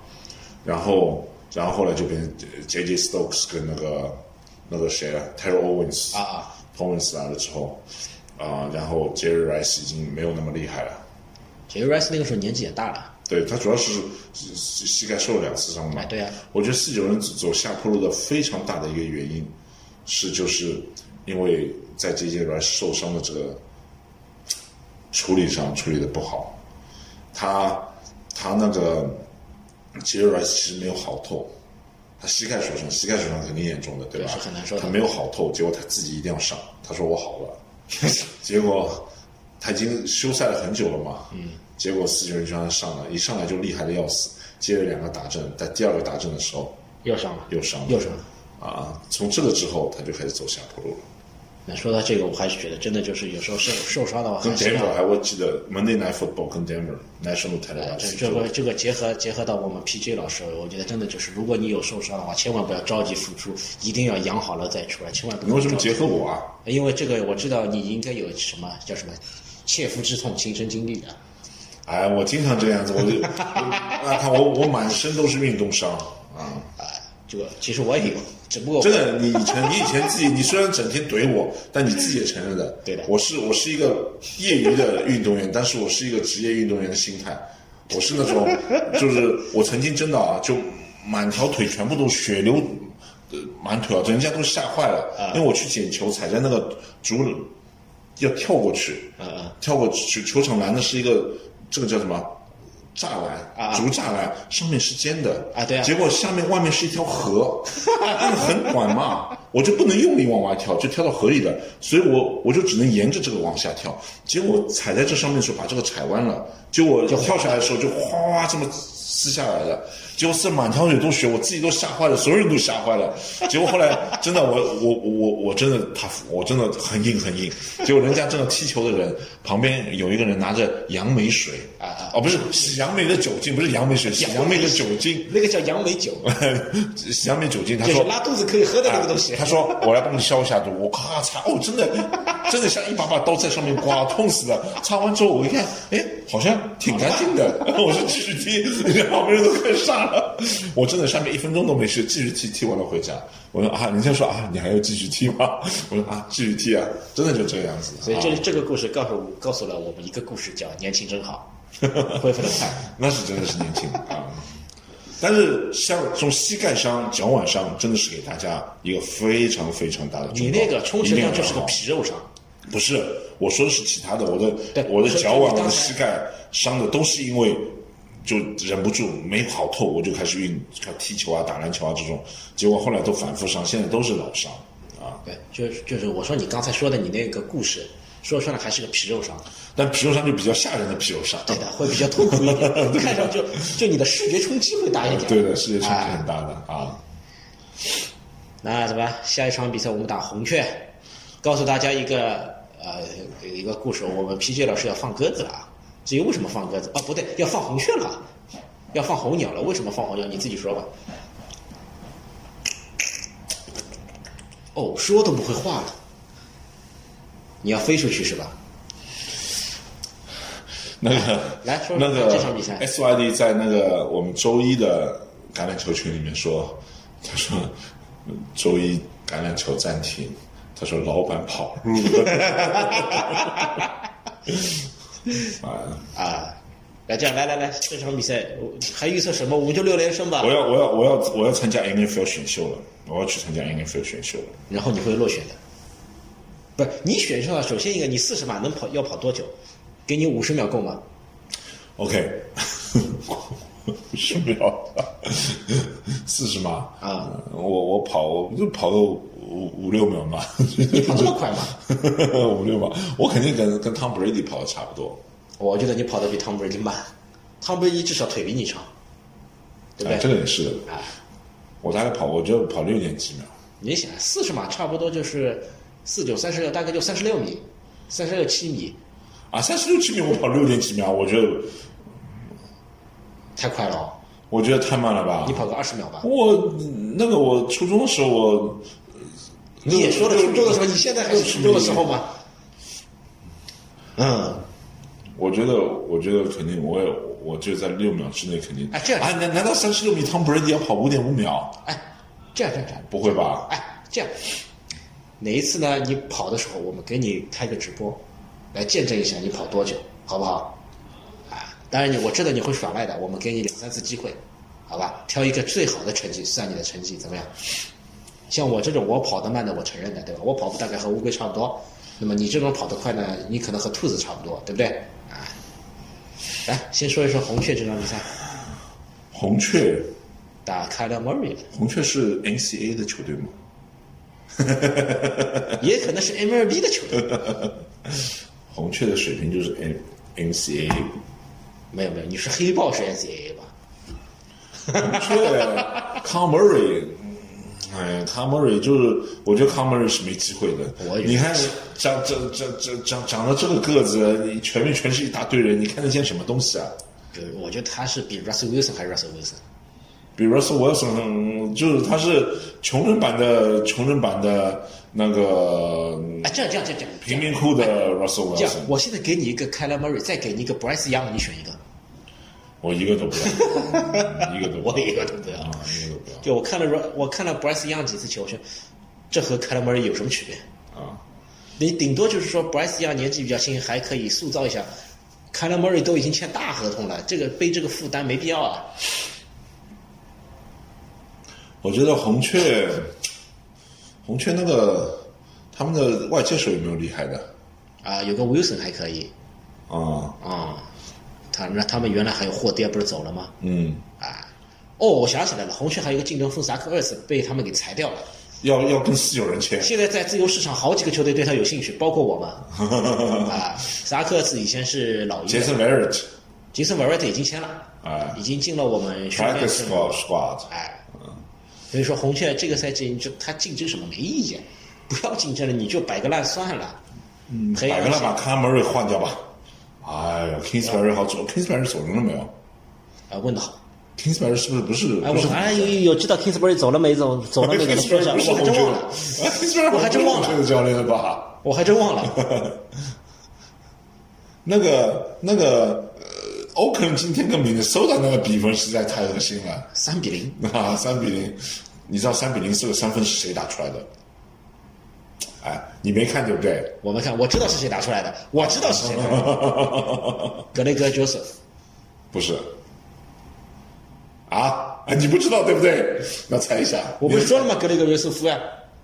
S3: 然后然后后来就变成 J J Stokes 跟那个那个谁啊 t e r r y Owens
S2: 啊啊
S3: ，Owens 来了之后啊、然后 Jerry Rice 已经没有那么厉害了。
S2: 杰瑞 rice 那个时候年纪也大了，
S3: 对他主要是是是膝盖受了两次伤嘛。
S2: 哎对啊
S3: 我觉得四九人走走下坡路的非常大的一个原因是，就是因为在 J.J. Rice 受伤的这个处理上处理的不好，他他那个 J.J. Rice 其实没有好透。他膝盖受伤，膝盖受伤肯定严重的，对吧？
S2: 对是很难受的
S3: 他没有好透，结果他自己一定要上，他说我好了， 结果他已经休赛了很久了嘛，嗯，结果四九人就让他上了，一上来就厉害的要死，接着两个打阵，在第二个打阵的时候
S2: 又伤了，
S3: 又伤了，
S2: 又伤了。
S3: 啊，从这个之后他就开始走下坡路了。
S2: 那说到这个，我还是觉得真的就是有时候受受伤的话，
S3: 跟
S2: 还是
S3: Denver
S2: 要
S3: 还我记得 Monday Night Football 跟 Denver National
S2: 这
S3: Television
S2: 啊这个这个结合结合到我们 PJ 老师，我觉得真的就是，如果你有受伤的话，千万不要着急复出，一定要养好了再出来，千万不
S3: 你
S2: 要
S3: 为
S2: 着
S3: 什
S2: 急
S3: 么。结合我啊？
S2: 因为这个我知道你应该有什么叫什么切肤之痛亲身经历的。
S3: 哎，我经常这样子，我就 那看我我满身都是运动伤啊。
S2: 这个其实我也有，只不过
S3: 真的，你以前你以前自己，你虽然整天怼我，但你自己也承认的。
S2: 对的
S3: 我是我是一个业余的运动员，但是我是一个职业运动员的心态。我是那种，就是我曾经真的啊，就满条腿全部都血流，呃，满腿啊，人家都吓坏
S2: 啊
S3: 了，因为我去捡球踩在那个竹篮，要跳过去，
S2: 嗯嗯
S3: 跳过去球场栏的是一个这个叫什么？栅
S2: 啊
S3: 栏，竹栅栏上面是尖的
S2: 啊对啊
S3: 结果下面外面是一条河， 因为很短嘛，我就不能用力往外跳，就跳到河里的，所以我我就只能沿着这个往下跳。结果踩在这上面的时候把这个踩弯了，结果跳下来的时候就哗哗哗这么撕下来的，结果是满条腿都血，我自己都吓坏了，所有人都吓坏了。结果后来真的我 我我我真的他我真的很硬很硬，结果人家真的踢球的人旁边有一个人拿着杨梅水
S2: 啊啊
S3: 哦不是洗杨梅的酒精，不是杨梅水，洗杨梅的酒精。
S2: 那个叫杨梅酒，
S3: 杨梅酒精，啊他
S2: 就
S3: 说
S2: 是拉肚子可以喝的那个东西。
S3: 哎他说我来帮你消一下毒，我咔嚓，哦，真的，真的像一把把刀在上面刮，痛死了。擦完之后我一看，哎，好像挺干净的。 然后我说继续踢，然后旁边人都快傻了。我真的上面一分钟都没睡，继续踢，踢完了回家。我说啊，人家说啊，你还要继续踢吗？我说啊，继续踢啊，真的就这个样子。
S2: 所以这
S3: 啊、
S2: 这个故事告诉我告诉了我们一个故事，叫年轻真 好，恢复的快。
S3: 那是真的是年轻啊。但是像这种膝盖伤、脚腕伤，真的是给大家一个非常非常大的
S2: 你
S3: 忠告。
S2: 那个充其量就是
S3: 一定
S2: 个
S3: 要好
S2: 皮肉伤，
S3: 不是，我说的是其他的，我
S2: 对
S3: 的我的
S2: 所以
S3: 脚腕、
S2: 就是刚
S3: 我
S2: 才
S3: 的膝盖伤的都是因为就忍不住没好透，我就开始运踢球啊、打篮球啊这种，结果后来都反复伤，现在都是老伤啊。
S2: 对，就是就是我说你刚才说的你那个故事，说穿了还是个皮肉伤，
S3: 但皮肉伤就比较吓人的皮肉伤，
S2: 对的，会比较痛苦一点， 看上就就你的视觉冲击会大一点。
S3: 对的，世界冲击
S2: 哎
S3: 很大的、啊。
S2: 那什么，下一场比赛我们打红雀，告诉大家一个呃一个故事，我们 PJ 老师要放鸽子了啊。至于为什么放鸽子啊？不对，要放红雀了啊，要放红鸟了。为什么放红鸟？你自己说吧。哦，说都不会话了。你要飞出去是吧？
S3: 那个
S2: 来说
S3: 那个
S2: 这场比赛
S3: SYD 在那个我们周一的橄榄球群里面说， 他说周一橄榄球暂停，他说老板跑路
S2: 嗯
S3: 了。啊！
S2: 啊，来这样，来来来，这场比赛我还预测什么？我们就六连胜吧
S3: 我。要我要我要我要参加 NFL 选秀了，我要去参加 NFL 选秀了。
S2: 然后你会落选的。不是你选上了，首先一个你四十码能跑要跑多久？给你五十秒够吗？
S3: OK，五十秒， 四十码
S2: 啊！
S3: 我我跑我就跑个五五六秒 嘛，
S2: 你跑这么 快吗？
S3: 五六秒，我肯定跟跟汤普瑞迪跑的差不多，
S2: 我觉得你跑得比汤姆布瑞迪慢，汤姆布瑞迪至少腿比你长，对不
S3: 哎这
S2: 对？
S3: 个也是的。
S2: 啊，
S3: 我大概跑，我就跑六点几秒，
S2: 你想四十码差不多就是四九三十六，大概就三十六米，三十六七米，
S3: 啊，三十六七秒我跑六点几秒，我觉得
S2: 太快了、哦，
S3: 我觉得太慢了吧
S2: 你。跑个二十秒吧。
S3: 我那个我初中的时候我，
S2: 你也说了初中的时候，你现在还有初中的时候吗？嗯，
S3: 我觉得我觉得肯定我也我就在六秒之内肯定。
S2: 哎这样
S3: 啊，难难道三十六米汤普瑞迪要跑五点五秒？
S2: 哎，这样这样这样，
S3: 不会吧？
S2: 哎，这样，哪一次呢？你跑的时候，我们给你开个直播，来见证一下你跑多久，好不好？啊，当然你我知道你会耍赖的，我们给你两三次机会，好吧？挑一个最好的成绩算你的成绩，怎么样？像我这种我跑得慢的，我承认的，对吧？我跑步大概和乌龟差不多，那么你这种跑得快呢，你可能和兔子差不多，对不对？啊，来，先说一说红雀这场比赛，
S3: 红雀，
S2: 打卡勒莫瑞了。
S3: 红雀是 NCAA 的球队吗？
S2: 也可能是 MLB 的球队。
S3: 红雀的水平就是 N NCAA。
S2: 没有没有，你是黑豹是 NCAA 吧？
S3: 红雀 c a m u r r y 哎 c a m u r r y 就是，我觉得 c a m u r r y 是没机会的
S2: 我。也
S3: 你看长长长长长长到这个个子，你全面全是一大堆人，你看得见什么东西啊？
S2: 就是呃我觉得他是比 Russell Wilson 还是 Russell Wilson。
S3: 比如说 Wilson，就是他是穷人版的穷人版的那个嗯
S2: 哎，这样这样这样这样，
S3: 贫民窟的 Russell
S2: 这样，
S3: Wilson，
S2: 我现在给你一个 k y l e Murray，再给你一个 Bryce Young，你选一个。
S3: 我一个都不 要，一个都不要
S2: 我一个都不要
S3: 啊一个都不要。
S2: 就我看了 Ru- 我看了 Bryce Young 几次球，我说这和 k y l e Murray 有什么区别？
S3: 啊，
S2: 你顶多就是说 Bryce Young 年纪比较轻，还可以塑造一下。k y l e Murray 都已经签大合同了，这个背这个负担没必要啊。
S3: 我觉得红雀，红雀那个他们的外接手有没有厉害的
S2: 啊，有个 Wilson 还可以
S3: 啊？
S2: 啊。他那他们原来还有霍爹不是走了吗？
S3: 嗯，
S2: 啊，哦，我想起来了，红雀还有一个竞争封萨克二次被他们给裁掉了。
S3: 要要跟四九人签，
S2: 现在在自由市场，好几个球队对他有兴趣，包括我们。 啊，萨克斯以前是老鹰
S3: 杰
S2: 的，
S3: 森·韦尔特
S2: 杰森·瓦瑞特已经签了，
S3: 啊
S2: 已经进了我们训练
S3: ，practice
S2: 阵
S3: squad squad，
S2: 哎，所以说红雀这个赛季就他竞争什么没意见，不要竞争了，你就摆个烂算了。嗯，培
S3: 摆
S2: 养
S3: 个
S2: 一
S3: 烂
S2: 下
S3: 把卡梅瑞换掉吧。哎呀，Kingsbury 好走，Kingsbury 走人了没有
S2: 啊，问的好。
S3: ？Kingsbury 是不是不是
S2: 哎，
S3: 不
S2: 我
S3: 是？
S2: 哎有有有知道 Kingsbury 走了没走？走了没？ 跟你说一下，
S3: Kingsbury 不是
S2: 我还
S3: 红
S2: 真
S3: 雀
S2: 忘了，
S3: 的 哎，Kingsbury
S2: 我还真忘了
S3: 不是红雀的教练了吧？
S2: 我还真忘了。
S3: 那个那个呃 Oakland 今天跟 Minnesota 那个比分实在太恶心了。
S2: 三比零，
S3: 啊，三比零，你知道三比零这个三分是谁打出来的？哎，你没看对不对？
S2: 我们看，我知道是谁打出来的，我知道是谁打出来的， 格雷格 Joseph，
S3: 不是。啊， 你不知道对不对？那猜一下，
S2: 我不是说了吗？格雷格约瑟夫呀，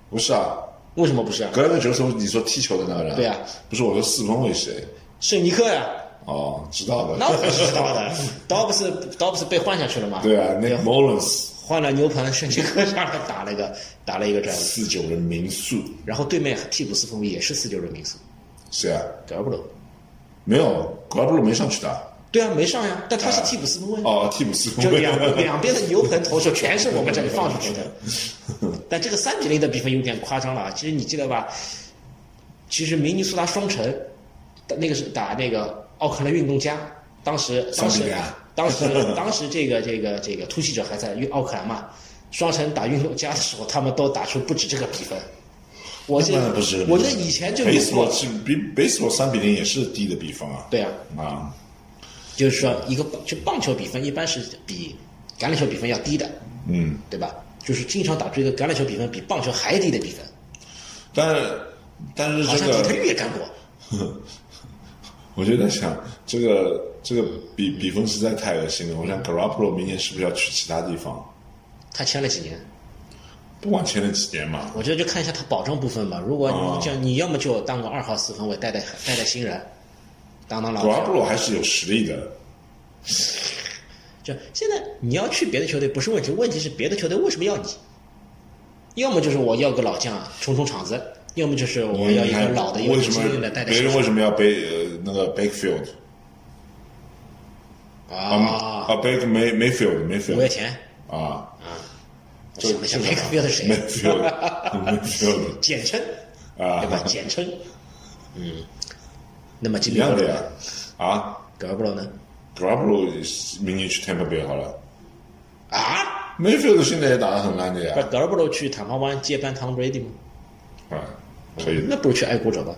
S3: 不是啊？
S2: 为什么不是啊？
S3: 格雷格球手，你说踢球的那个人？
S2: 对啊
S3: 不是我说四分卫谁？
S2: 圣尼克呀，
S3: 哦，知道的。
S2: 那我是知道的。刀不是刀不是被换下去了吗？
S3: 对啊，那 Mullins
S2: 换了牛棚，圣尼克上来打了一个打了一个这样子，
S3: 四九人民宿
S2: 然后对面替补四分卫也是四九人名宿，
S3: 谁啊？
S2: 德布罗。
S3: 没有，格拉布鲁没上去打。
S2: 对啊，没上呀，但他是替补四分卫。啊
S3: 哦，替补四
S2: 就
S3: 分卫。
S2: 两两边的牛棚投手全是我们这里放出 去的。但这个三比零的比分有点夸张了啊！其实你记得吧？其实明尼苏达双城，打那个是打那个奥克兰运动家，当时当时
S3: 3-0啊
S2: 当时 当时这个这个这个突袭者还在运奥克兰嘛，双城打运动家的时候，他们都打出不止这个比分。我记
S3: 那
S2: 得
S3: 不是，
S2: 我记得以前就有过
S3: baseball 是比 baseball 三比零也是低的比分啊。
S2: 对啊，
S3: 啊，
S2: 就是说一个棒就棒球比分一般是比橄榄球比分要低的，
S3: 嗯，
S2: 对吧？就是经常打出一个橄榄球比分比棒球还低的比分，
S3: 但是但是
S2: 好
S3: 这
S2: 像底特
S3: 个
S2: 律也干过。
S3: 我就在想，这个这个比比分实在太恶心了。我想 Garoppolo 明年是不是要去其他地方？
S2: 他签了几年？
S3: 不管签了几年嘛，
S2: 我觉得就看一下他保障部分吧。如果
S3: 哦
S2: 你像你要么就当个二号四分卫带带带带新人，当当老
S3: 格拉布
S2: 将。
S3: 鲁还是有实力的。
S2: 就现在你要去别的球队不是问题，问题是别的球队为什么要你？要么就是我要个老将充充场子，要么就是我要一个老的一
S3: 为
S2: 个
S3: 什
S2: 经验的带带
S3: 么别
S2: 新
S3: 人为
S2: 人
S3: 什么要背呃那个 Bakefield 啊
S2: 啊
S3: 啊，Bake May Mayfield
S2: 五月
S3: Mayfield
S2: 前，
S3: 啊
S2: 我想了想，没个别的谁，
S3: Mayfield Mayfield
S2: 简称
S3: 啊
S2: 对吧？简称，嗯。那么今
S3: 一
S2: 天
S3: 样的呀啊。
S2: 格尔布罗呢？
S3: Garoppolo 明年去 Tampa Bay 好了
S2: 啊？
S3: ，Mayfield 现在也打得很烂的
S2: 不
S3: 呀，
S2: 格尔布罗去坦帕湾接班 Tom Brady 吗？
S3: 啊，可以
S2: 那
S3: 的。
S2: 不如去爱国者吧？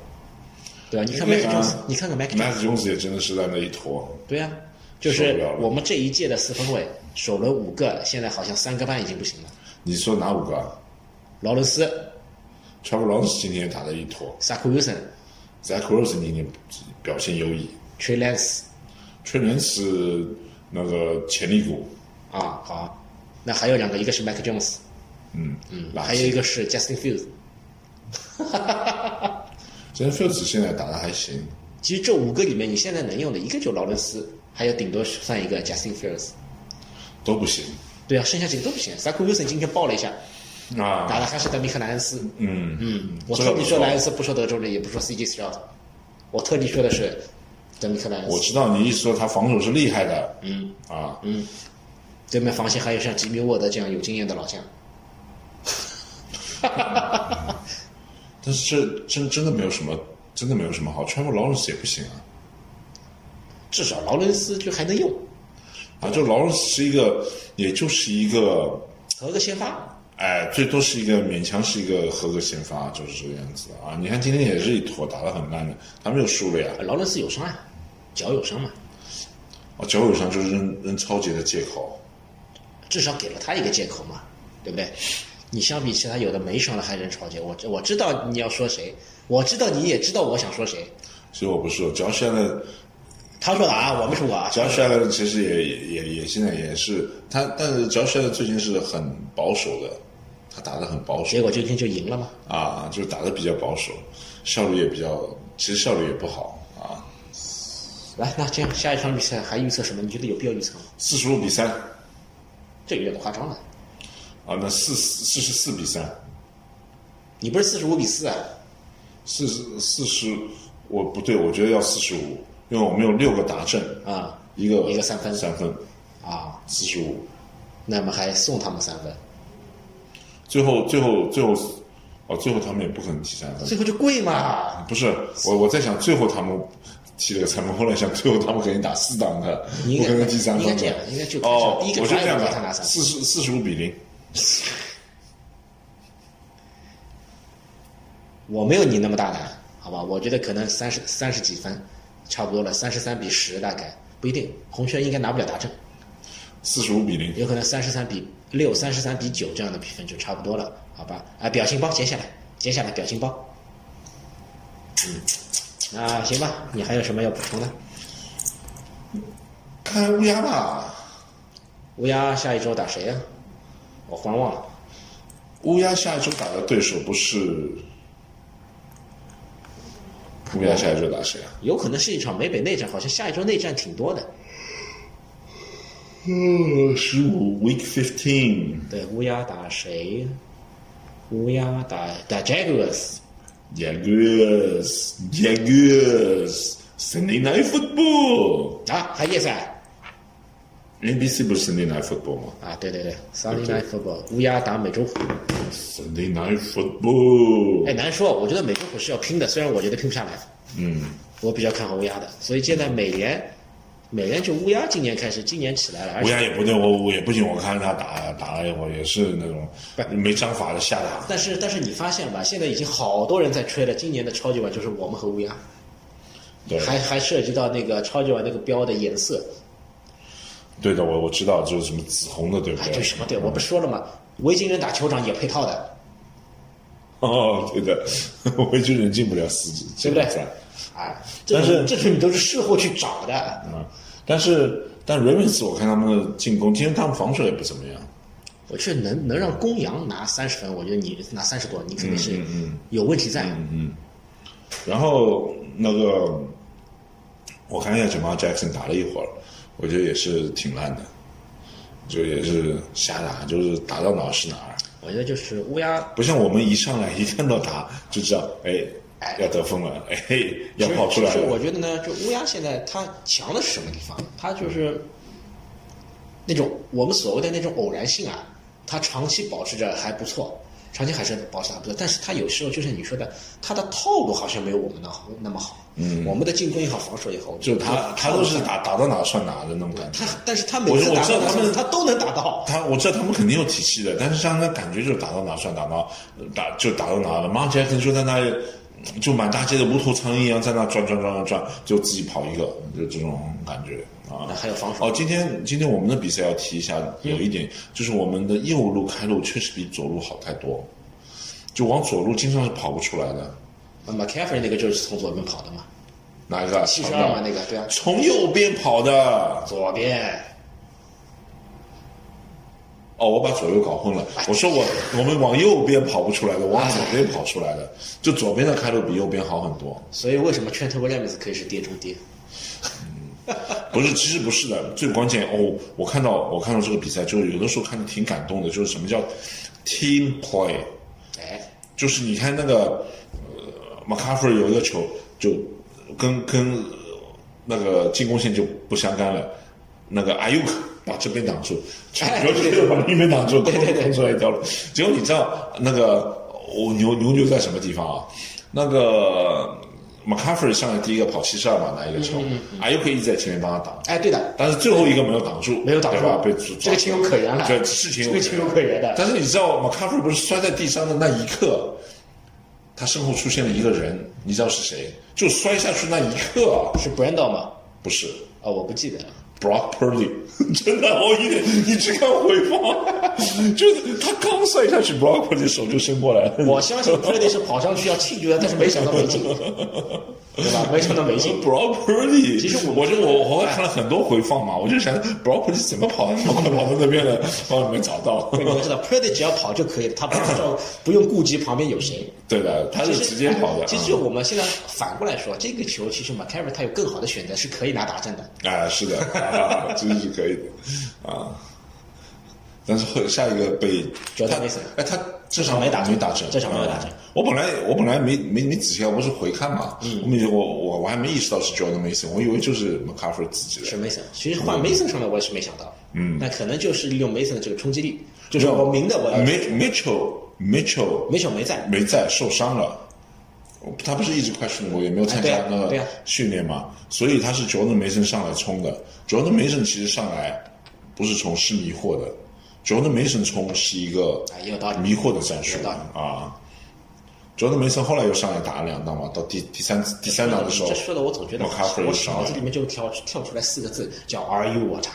S2: 对吧？你看
S3: 那
S2: Mac
S3: 个
S2: Jones，你看看 Mac
S3: Mac
S2: Jones，
S3: Jones 也真的是在那一坨，
S2: 对呀、就
S3: 受不
S2: 是
S3: 了了
S2: 我们这一届的四分卫，首轮五个，现在好像三个半已经不行了。
S3: 你说哪五个啊
S2: 劳伦斯、
S3: ？Trevor Lawrence 今年也打得一坨
S2: 萨库尤森、
S3: ，Zach Wilson 明年表现优异，
S2: Trey Lance
S3: 崔伦是那个潜力股，
S2: 啊，好，那还有两个，一个是 Mac Jones，
S3: 嗯嗯
S2: 还有一个是 Justin Fields。
S3: ，Justin Fields 现在打得还行，
S2: 其实这五个里面，你现在能用的一个就劳伦斯，还有顶多算一个 Justin Fields。
S3: 都不行
S2: 对啊，剩下几个都不行。萨库尤森今天爆了一下，打
S3: 啊，
S2: 了哈士德米克莱恩斯。
S3: 嗯嗯，
S2: 我
S3: 这
S2: 特
S3: 个
S2: 地
S3: 不
S2: 说
S3: 错
S2: 莱恩斯，不说德州的，也不说 CJ Stroud，我特地说的是德米克莱恩
S3: 我
S2: 斯。
S3: 知道你一说他防守是厉害的，嗯啊，嗯，
S2: 对面防线还有像吉米沃德这样有经验的老将，
S3: 但是这真真的没有什么，真的没有什么好，Trevor Lawrence 也不行啊。
S2: 至少劳伦斯就还能用，
S3: 啊，就劳伦斯是一个，也就是一个，
S2: 合个先发。
S3: 哎，最多是一个勉强是一个合格先发，就是这个样子的啊。你看今天也是一坨打得很烂的，他们又输了呀。
S2: 劳伦斯有伤啊，脚有伤嘛，
S3: 啊，脚友上就是扔扔超级的借口，
S2: 至少给了他一个借口嘛，对不对？你相比其他有的没伤的还人超杰，我知我知道你要说谁，我知道你也知道我想说谁。
S3: 所以我不是说，只要现在，
S2: 他说的啊，我没说过啊
S3: 只。要现在其实也也也也现在也是他，但是只要现在最近是很保守的，他打得很保守
S2: 结果今天就赢了嘛，
S3: 啊，就是打得比较保守，效率也比较，其实效率也不好啊。
S2: 来，那这样下一场比赛还预测什么？你觉得有必要预测吗？
S3: 四十五比三
S2: 这有点夸张了。
S3: 啊，那四四十四比三。
S2: 你不是四十五比四啊？
S3: 四十四十，我不对，我觉得要四十五，因为我们有六个达阵，
S2: 啊、
S3: 一个
S2: 一个三分
S3: 三分
S2: 啊，
S3: 四十五，
S2: 那么还送他们三分，
S3: 最后最后最后，哦，最后他们也不可能踢三分，啊
S2: 最后就跪嘛。
S3: 不是我我在想最后他们踢了个三分，后来想最后他们肯定打四档的，
S2: 你应
S3: 不
S2: 该
S3: 可能踢三分
S2: 应
S3: 的，
S2: 该这样，应该就
S3: 哦，
S2: 第一个
S3: 我就这
S2: drive
S3: 样
S2: 给他拿
S3: 吧，
S2: 三
S3: 四
S2: 分。
S3: 十四十五比零，
S2: 我没有你那么大胆，好吧？我觉得可能三十三十几分，差不多了，三十三比十大概，不一定，红圈应该拿不了达阵，
S3: 四十五比零。
S2: 有可能三十三比六、三十三比九这样的比分就差不多了，好吧？啊，表情包截下来，截下来表情包。嗯，啊，行吧，你还有什么要补充的？
S3: 看乌鸦吧，
S2: 乌鸦下一周打谁呀、啊我忽然忘了。
S3: 乌鸦下一周打的对手不是乌鸦下一周打谁啊？
S2: 有可能是一场美北内战，好像下一周内战挺多的。
S3: 呃，十五 Week Fifteen，Yes。
S2: 对，乌鸦打谁？乌鸦打打 Jaguars，
S3: Jaguars, Jaguars, Sunday Night Football。
S2: 啊，还夜赛
S3: NBC 不是 Sunday Night Football 吗
S2: 啊，对对对，Sunday Night Football，乌鸦打美洲虎。
S3: ？Sunday Night Football。
S2: 哎，难说，我觉得美洲虎是要拼的，虽然我觉得拼不下来，
S3: 嗯，
S2: 我比较看好乌鸦的。所以现在美联，美联就乌鸦今年开始，今年起来了，而
S3: 乌
S2: 且
S3: 鸦也不对，我我也不行，我看他打打了一会儿也是那种
S2: 不
S3: 没章法的下打。
S2: 但是但是你发现吧，现在已经好多人在吹了，今年的超级碗就是我们和乌鸦，
S3: 对，
S2: 还还涉及到那个超级碗那个标的颜色，
S3: 对的，我我知道，就是什么紫红的，对不
S2: 哎，
S3: 对？
S2: 对什么对，我不是说了吗？维京人打酋长也配套的，
S3: 哦，对的， 维京人进不了四级，
S2: 对不对
S3: 这个赛？
S2: 哎，这
S3: 但是
S2: 这是你都是事后去找的，
S3: 啊，但是但 Ravens 我看他们的进攻，今天他们防守也不怎么样。
S2: 我觉得能能让公羊拿三十分，我觉得你拿三十多，你肯定
S3: 嗯
S2: 是有问题在。
S3: 然后那个我看一下 Jamal Jackson 打了一会儿，我觉得也是挺烂的，就也是瞎打，就是打到哪儿是哪儿，
S2: 我觉得就是乌鸦
S3: 不像我们一上来一看到他就知道，哎，要得分了，哎，要跑出来
S2: 其实我
S3: 了。
S2: 觉得呢，就乌鸦现在它强的是什么地方？它
S3: 嗯
S2: 就是那种我们所谓的那种偶然性啊，它长期保持着还不错，长期还是保持得还不错。但是它有时候就像你说的，它的套路好像没有我们那好那么好。嗯，我们的进攻也好，防守也好，
S3: 就他，他都是打打到哪儿算哪儿的那种感觉
S2: 他。，但是他每
S3: 我
S2: 次
S3: 我
S2: 打
S3: 知道
S2: 到
S3: 他
S2: 他
S3: 们
S2: 他都能打到。
S3: 他我知道他们肯定有体系的，但是让人感觉就是打到哪算打到打就打到哪了。马杰肯就在那里，就满大街的无头苍蝇一样在那转转转转转，就自己跑一个，就这种感觉啊
S2: 那。还有防守
S3: 哦，今天今天我们的比赛要提一下，有一点、就是我们的右路开路确实比左路好太多，就往左路经常是跑不出来的。
S2: ，McCaffrey 那个就是从左边跑的嘛，
S3: 哪一个？
S2: 七十
S3: 长
S2: 二
S3: 的
S2: 嘛那个，对啊，
S3: 从右边跑的。
S2: 左边。
S3: 哦，我把左右搞混了。我说我我们往右边跑不出来的，往左边跑出来的，就左边的开路比右边好很多。
S2: 所以为什么 Trent Williams 可以是跌中跌？
S3: 不是，其实不是的，最关键哦，我看到我看到这个比赛，就是有的时候看着挺感动的，就是什么叫 team play，
S2: 哎，
S3: 就是你看那个呃 m c c a f f r e y 有一个球就跟跟呃那个进攻线就不相干了，那个 Ayuk 把这边挡住，球
S2: 哎对
S3: 就把另一边挡住，空
S2: 对对
S3: 空出来一条路。结果你知道那个我牛牛牛在什么地方啊？那个 m c c a f f r e y 上来第一个跑七十二码拿一个球，Ayuk
S2: 嗯
S3: 一直在前面帮他挡。
S2: 哎，对的，
S3: 但是最后一个没有挡住，
S2: 没有挡
S3: 对吧？
S2: 住
S3: 被
S2: 这个情有可原了
S3: 这是情有
S2: 这个情有可原的
S3: 但是你知道马卡夫不是摔在地上的那一刻，他身后出现了一个人，你知道是谁？就摔下去那一刻啊，
S2: 是 Brando 吗？
S3: 不是
S2: 哦，我不记得了。
S3: Brock Purdy，真 的，我一点你去看回放， 就是他刚摔下去，Brock Purdy 手就伸过来了。
S2: 我相信 Brady 是跑上去要庆祝的，但是没想到没 进，对吧？没想到没进。
S3: Brock Purdy，
S2: 其实我
S3: 我就我我看了很多回放嘛，我就想 Brock Purdy 怎么跑，怎么快跑到那边了，帮你们找到。
S2: 你们知道，Prady 只要跑就可以了，他不需要不用顾及旁边有谁。
S3: 对的，他是
S2: 其实哎
S3: 直接跑的。嗯
S2: 其实我们现在反过来说，这个球其实 McCarry 他有更好的选择，是可以拿达阵的。
S3: 啊，是的，啊， 这是可以的啊。但是后下一个被
S2: Jordan
S3: 他
S2: Mason
S3: 哎，他这场
S2: 没打
S3: 没
S2: 成
S3: 打成，
S2: 这场没有打
S3: 啊
S2: 成
S3: 我本来我本来没没没仔细啊看，我是回看嘛，
S2: 嗯
S3: 我没我我我还没意识到是 Jordan Mason，我以为就是 m c c a f f r e 自己
S2: 是
S3: 的。
S2: Mason，其实换
S3: 嗯
S2: Mason 上来我也是没想到，嗯，那可能就是利用 Mason 的这个冲击力，就是我明的我要
S3: 没 Mitchell Mitchell
S2: 没手没在，
S3: 没在受伤了，他不是一直快训我也没有参
S2: 哎对
S3: 加
S2: 啊
S3: 那个
S2: 对啊
S3: 训练嘛，所以他是 Jordan Mason 上来冲的。Jordan Mason 其实上来不是冲，是迷惑的。Jordan Mason 冲是一个
S2: 哎也有道理
S3: 迷惑的战术
S2: 有道理
S3: 啊。 Jordan Mason 后来又上来打了两档嘛，到第第三第三档的时候，
S2: 这说的我总觉得
S3: McCaffrey
S2: 我
S3: 上
S2: 脑
S3: 来
S2: 子里面就跳跳出来四个字叫 “Are you water”。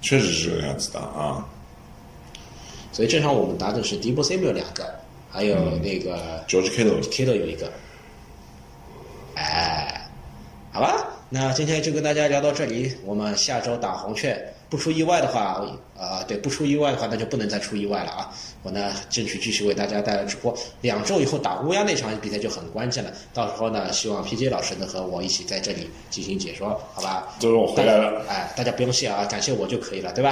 S3: 确实是这个样子的啊。
S2: 所以正常我们答的是 Debo Samuel 两个，还有
S3: 嗯
S2: 那个
S3: George Kittle
S2: Kittle 有一个。哎，好吧，那今天就跟大家聊到这里。我们下周打红雀，不出意外的话，啊、对，不出意外的话，那就不能再出意外了啊！我呢，争取继续为大家带来直播。两周以后打乌鸦那场比赛就很关键了，到时候呢，希望 PJ 老师能和我一起在这里进行解说，好吧？
S3: 就是我回来了
S2: 大家哎，大家不用谢啊，感谢我就可以了，对吧？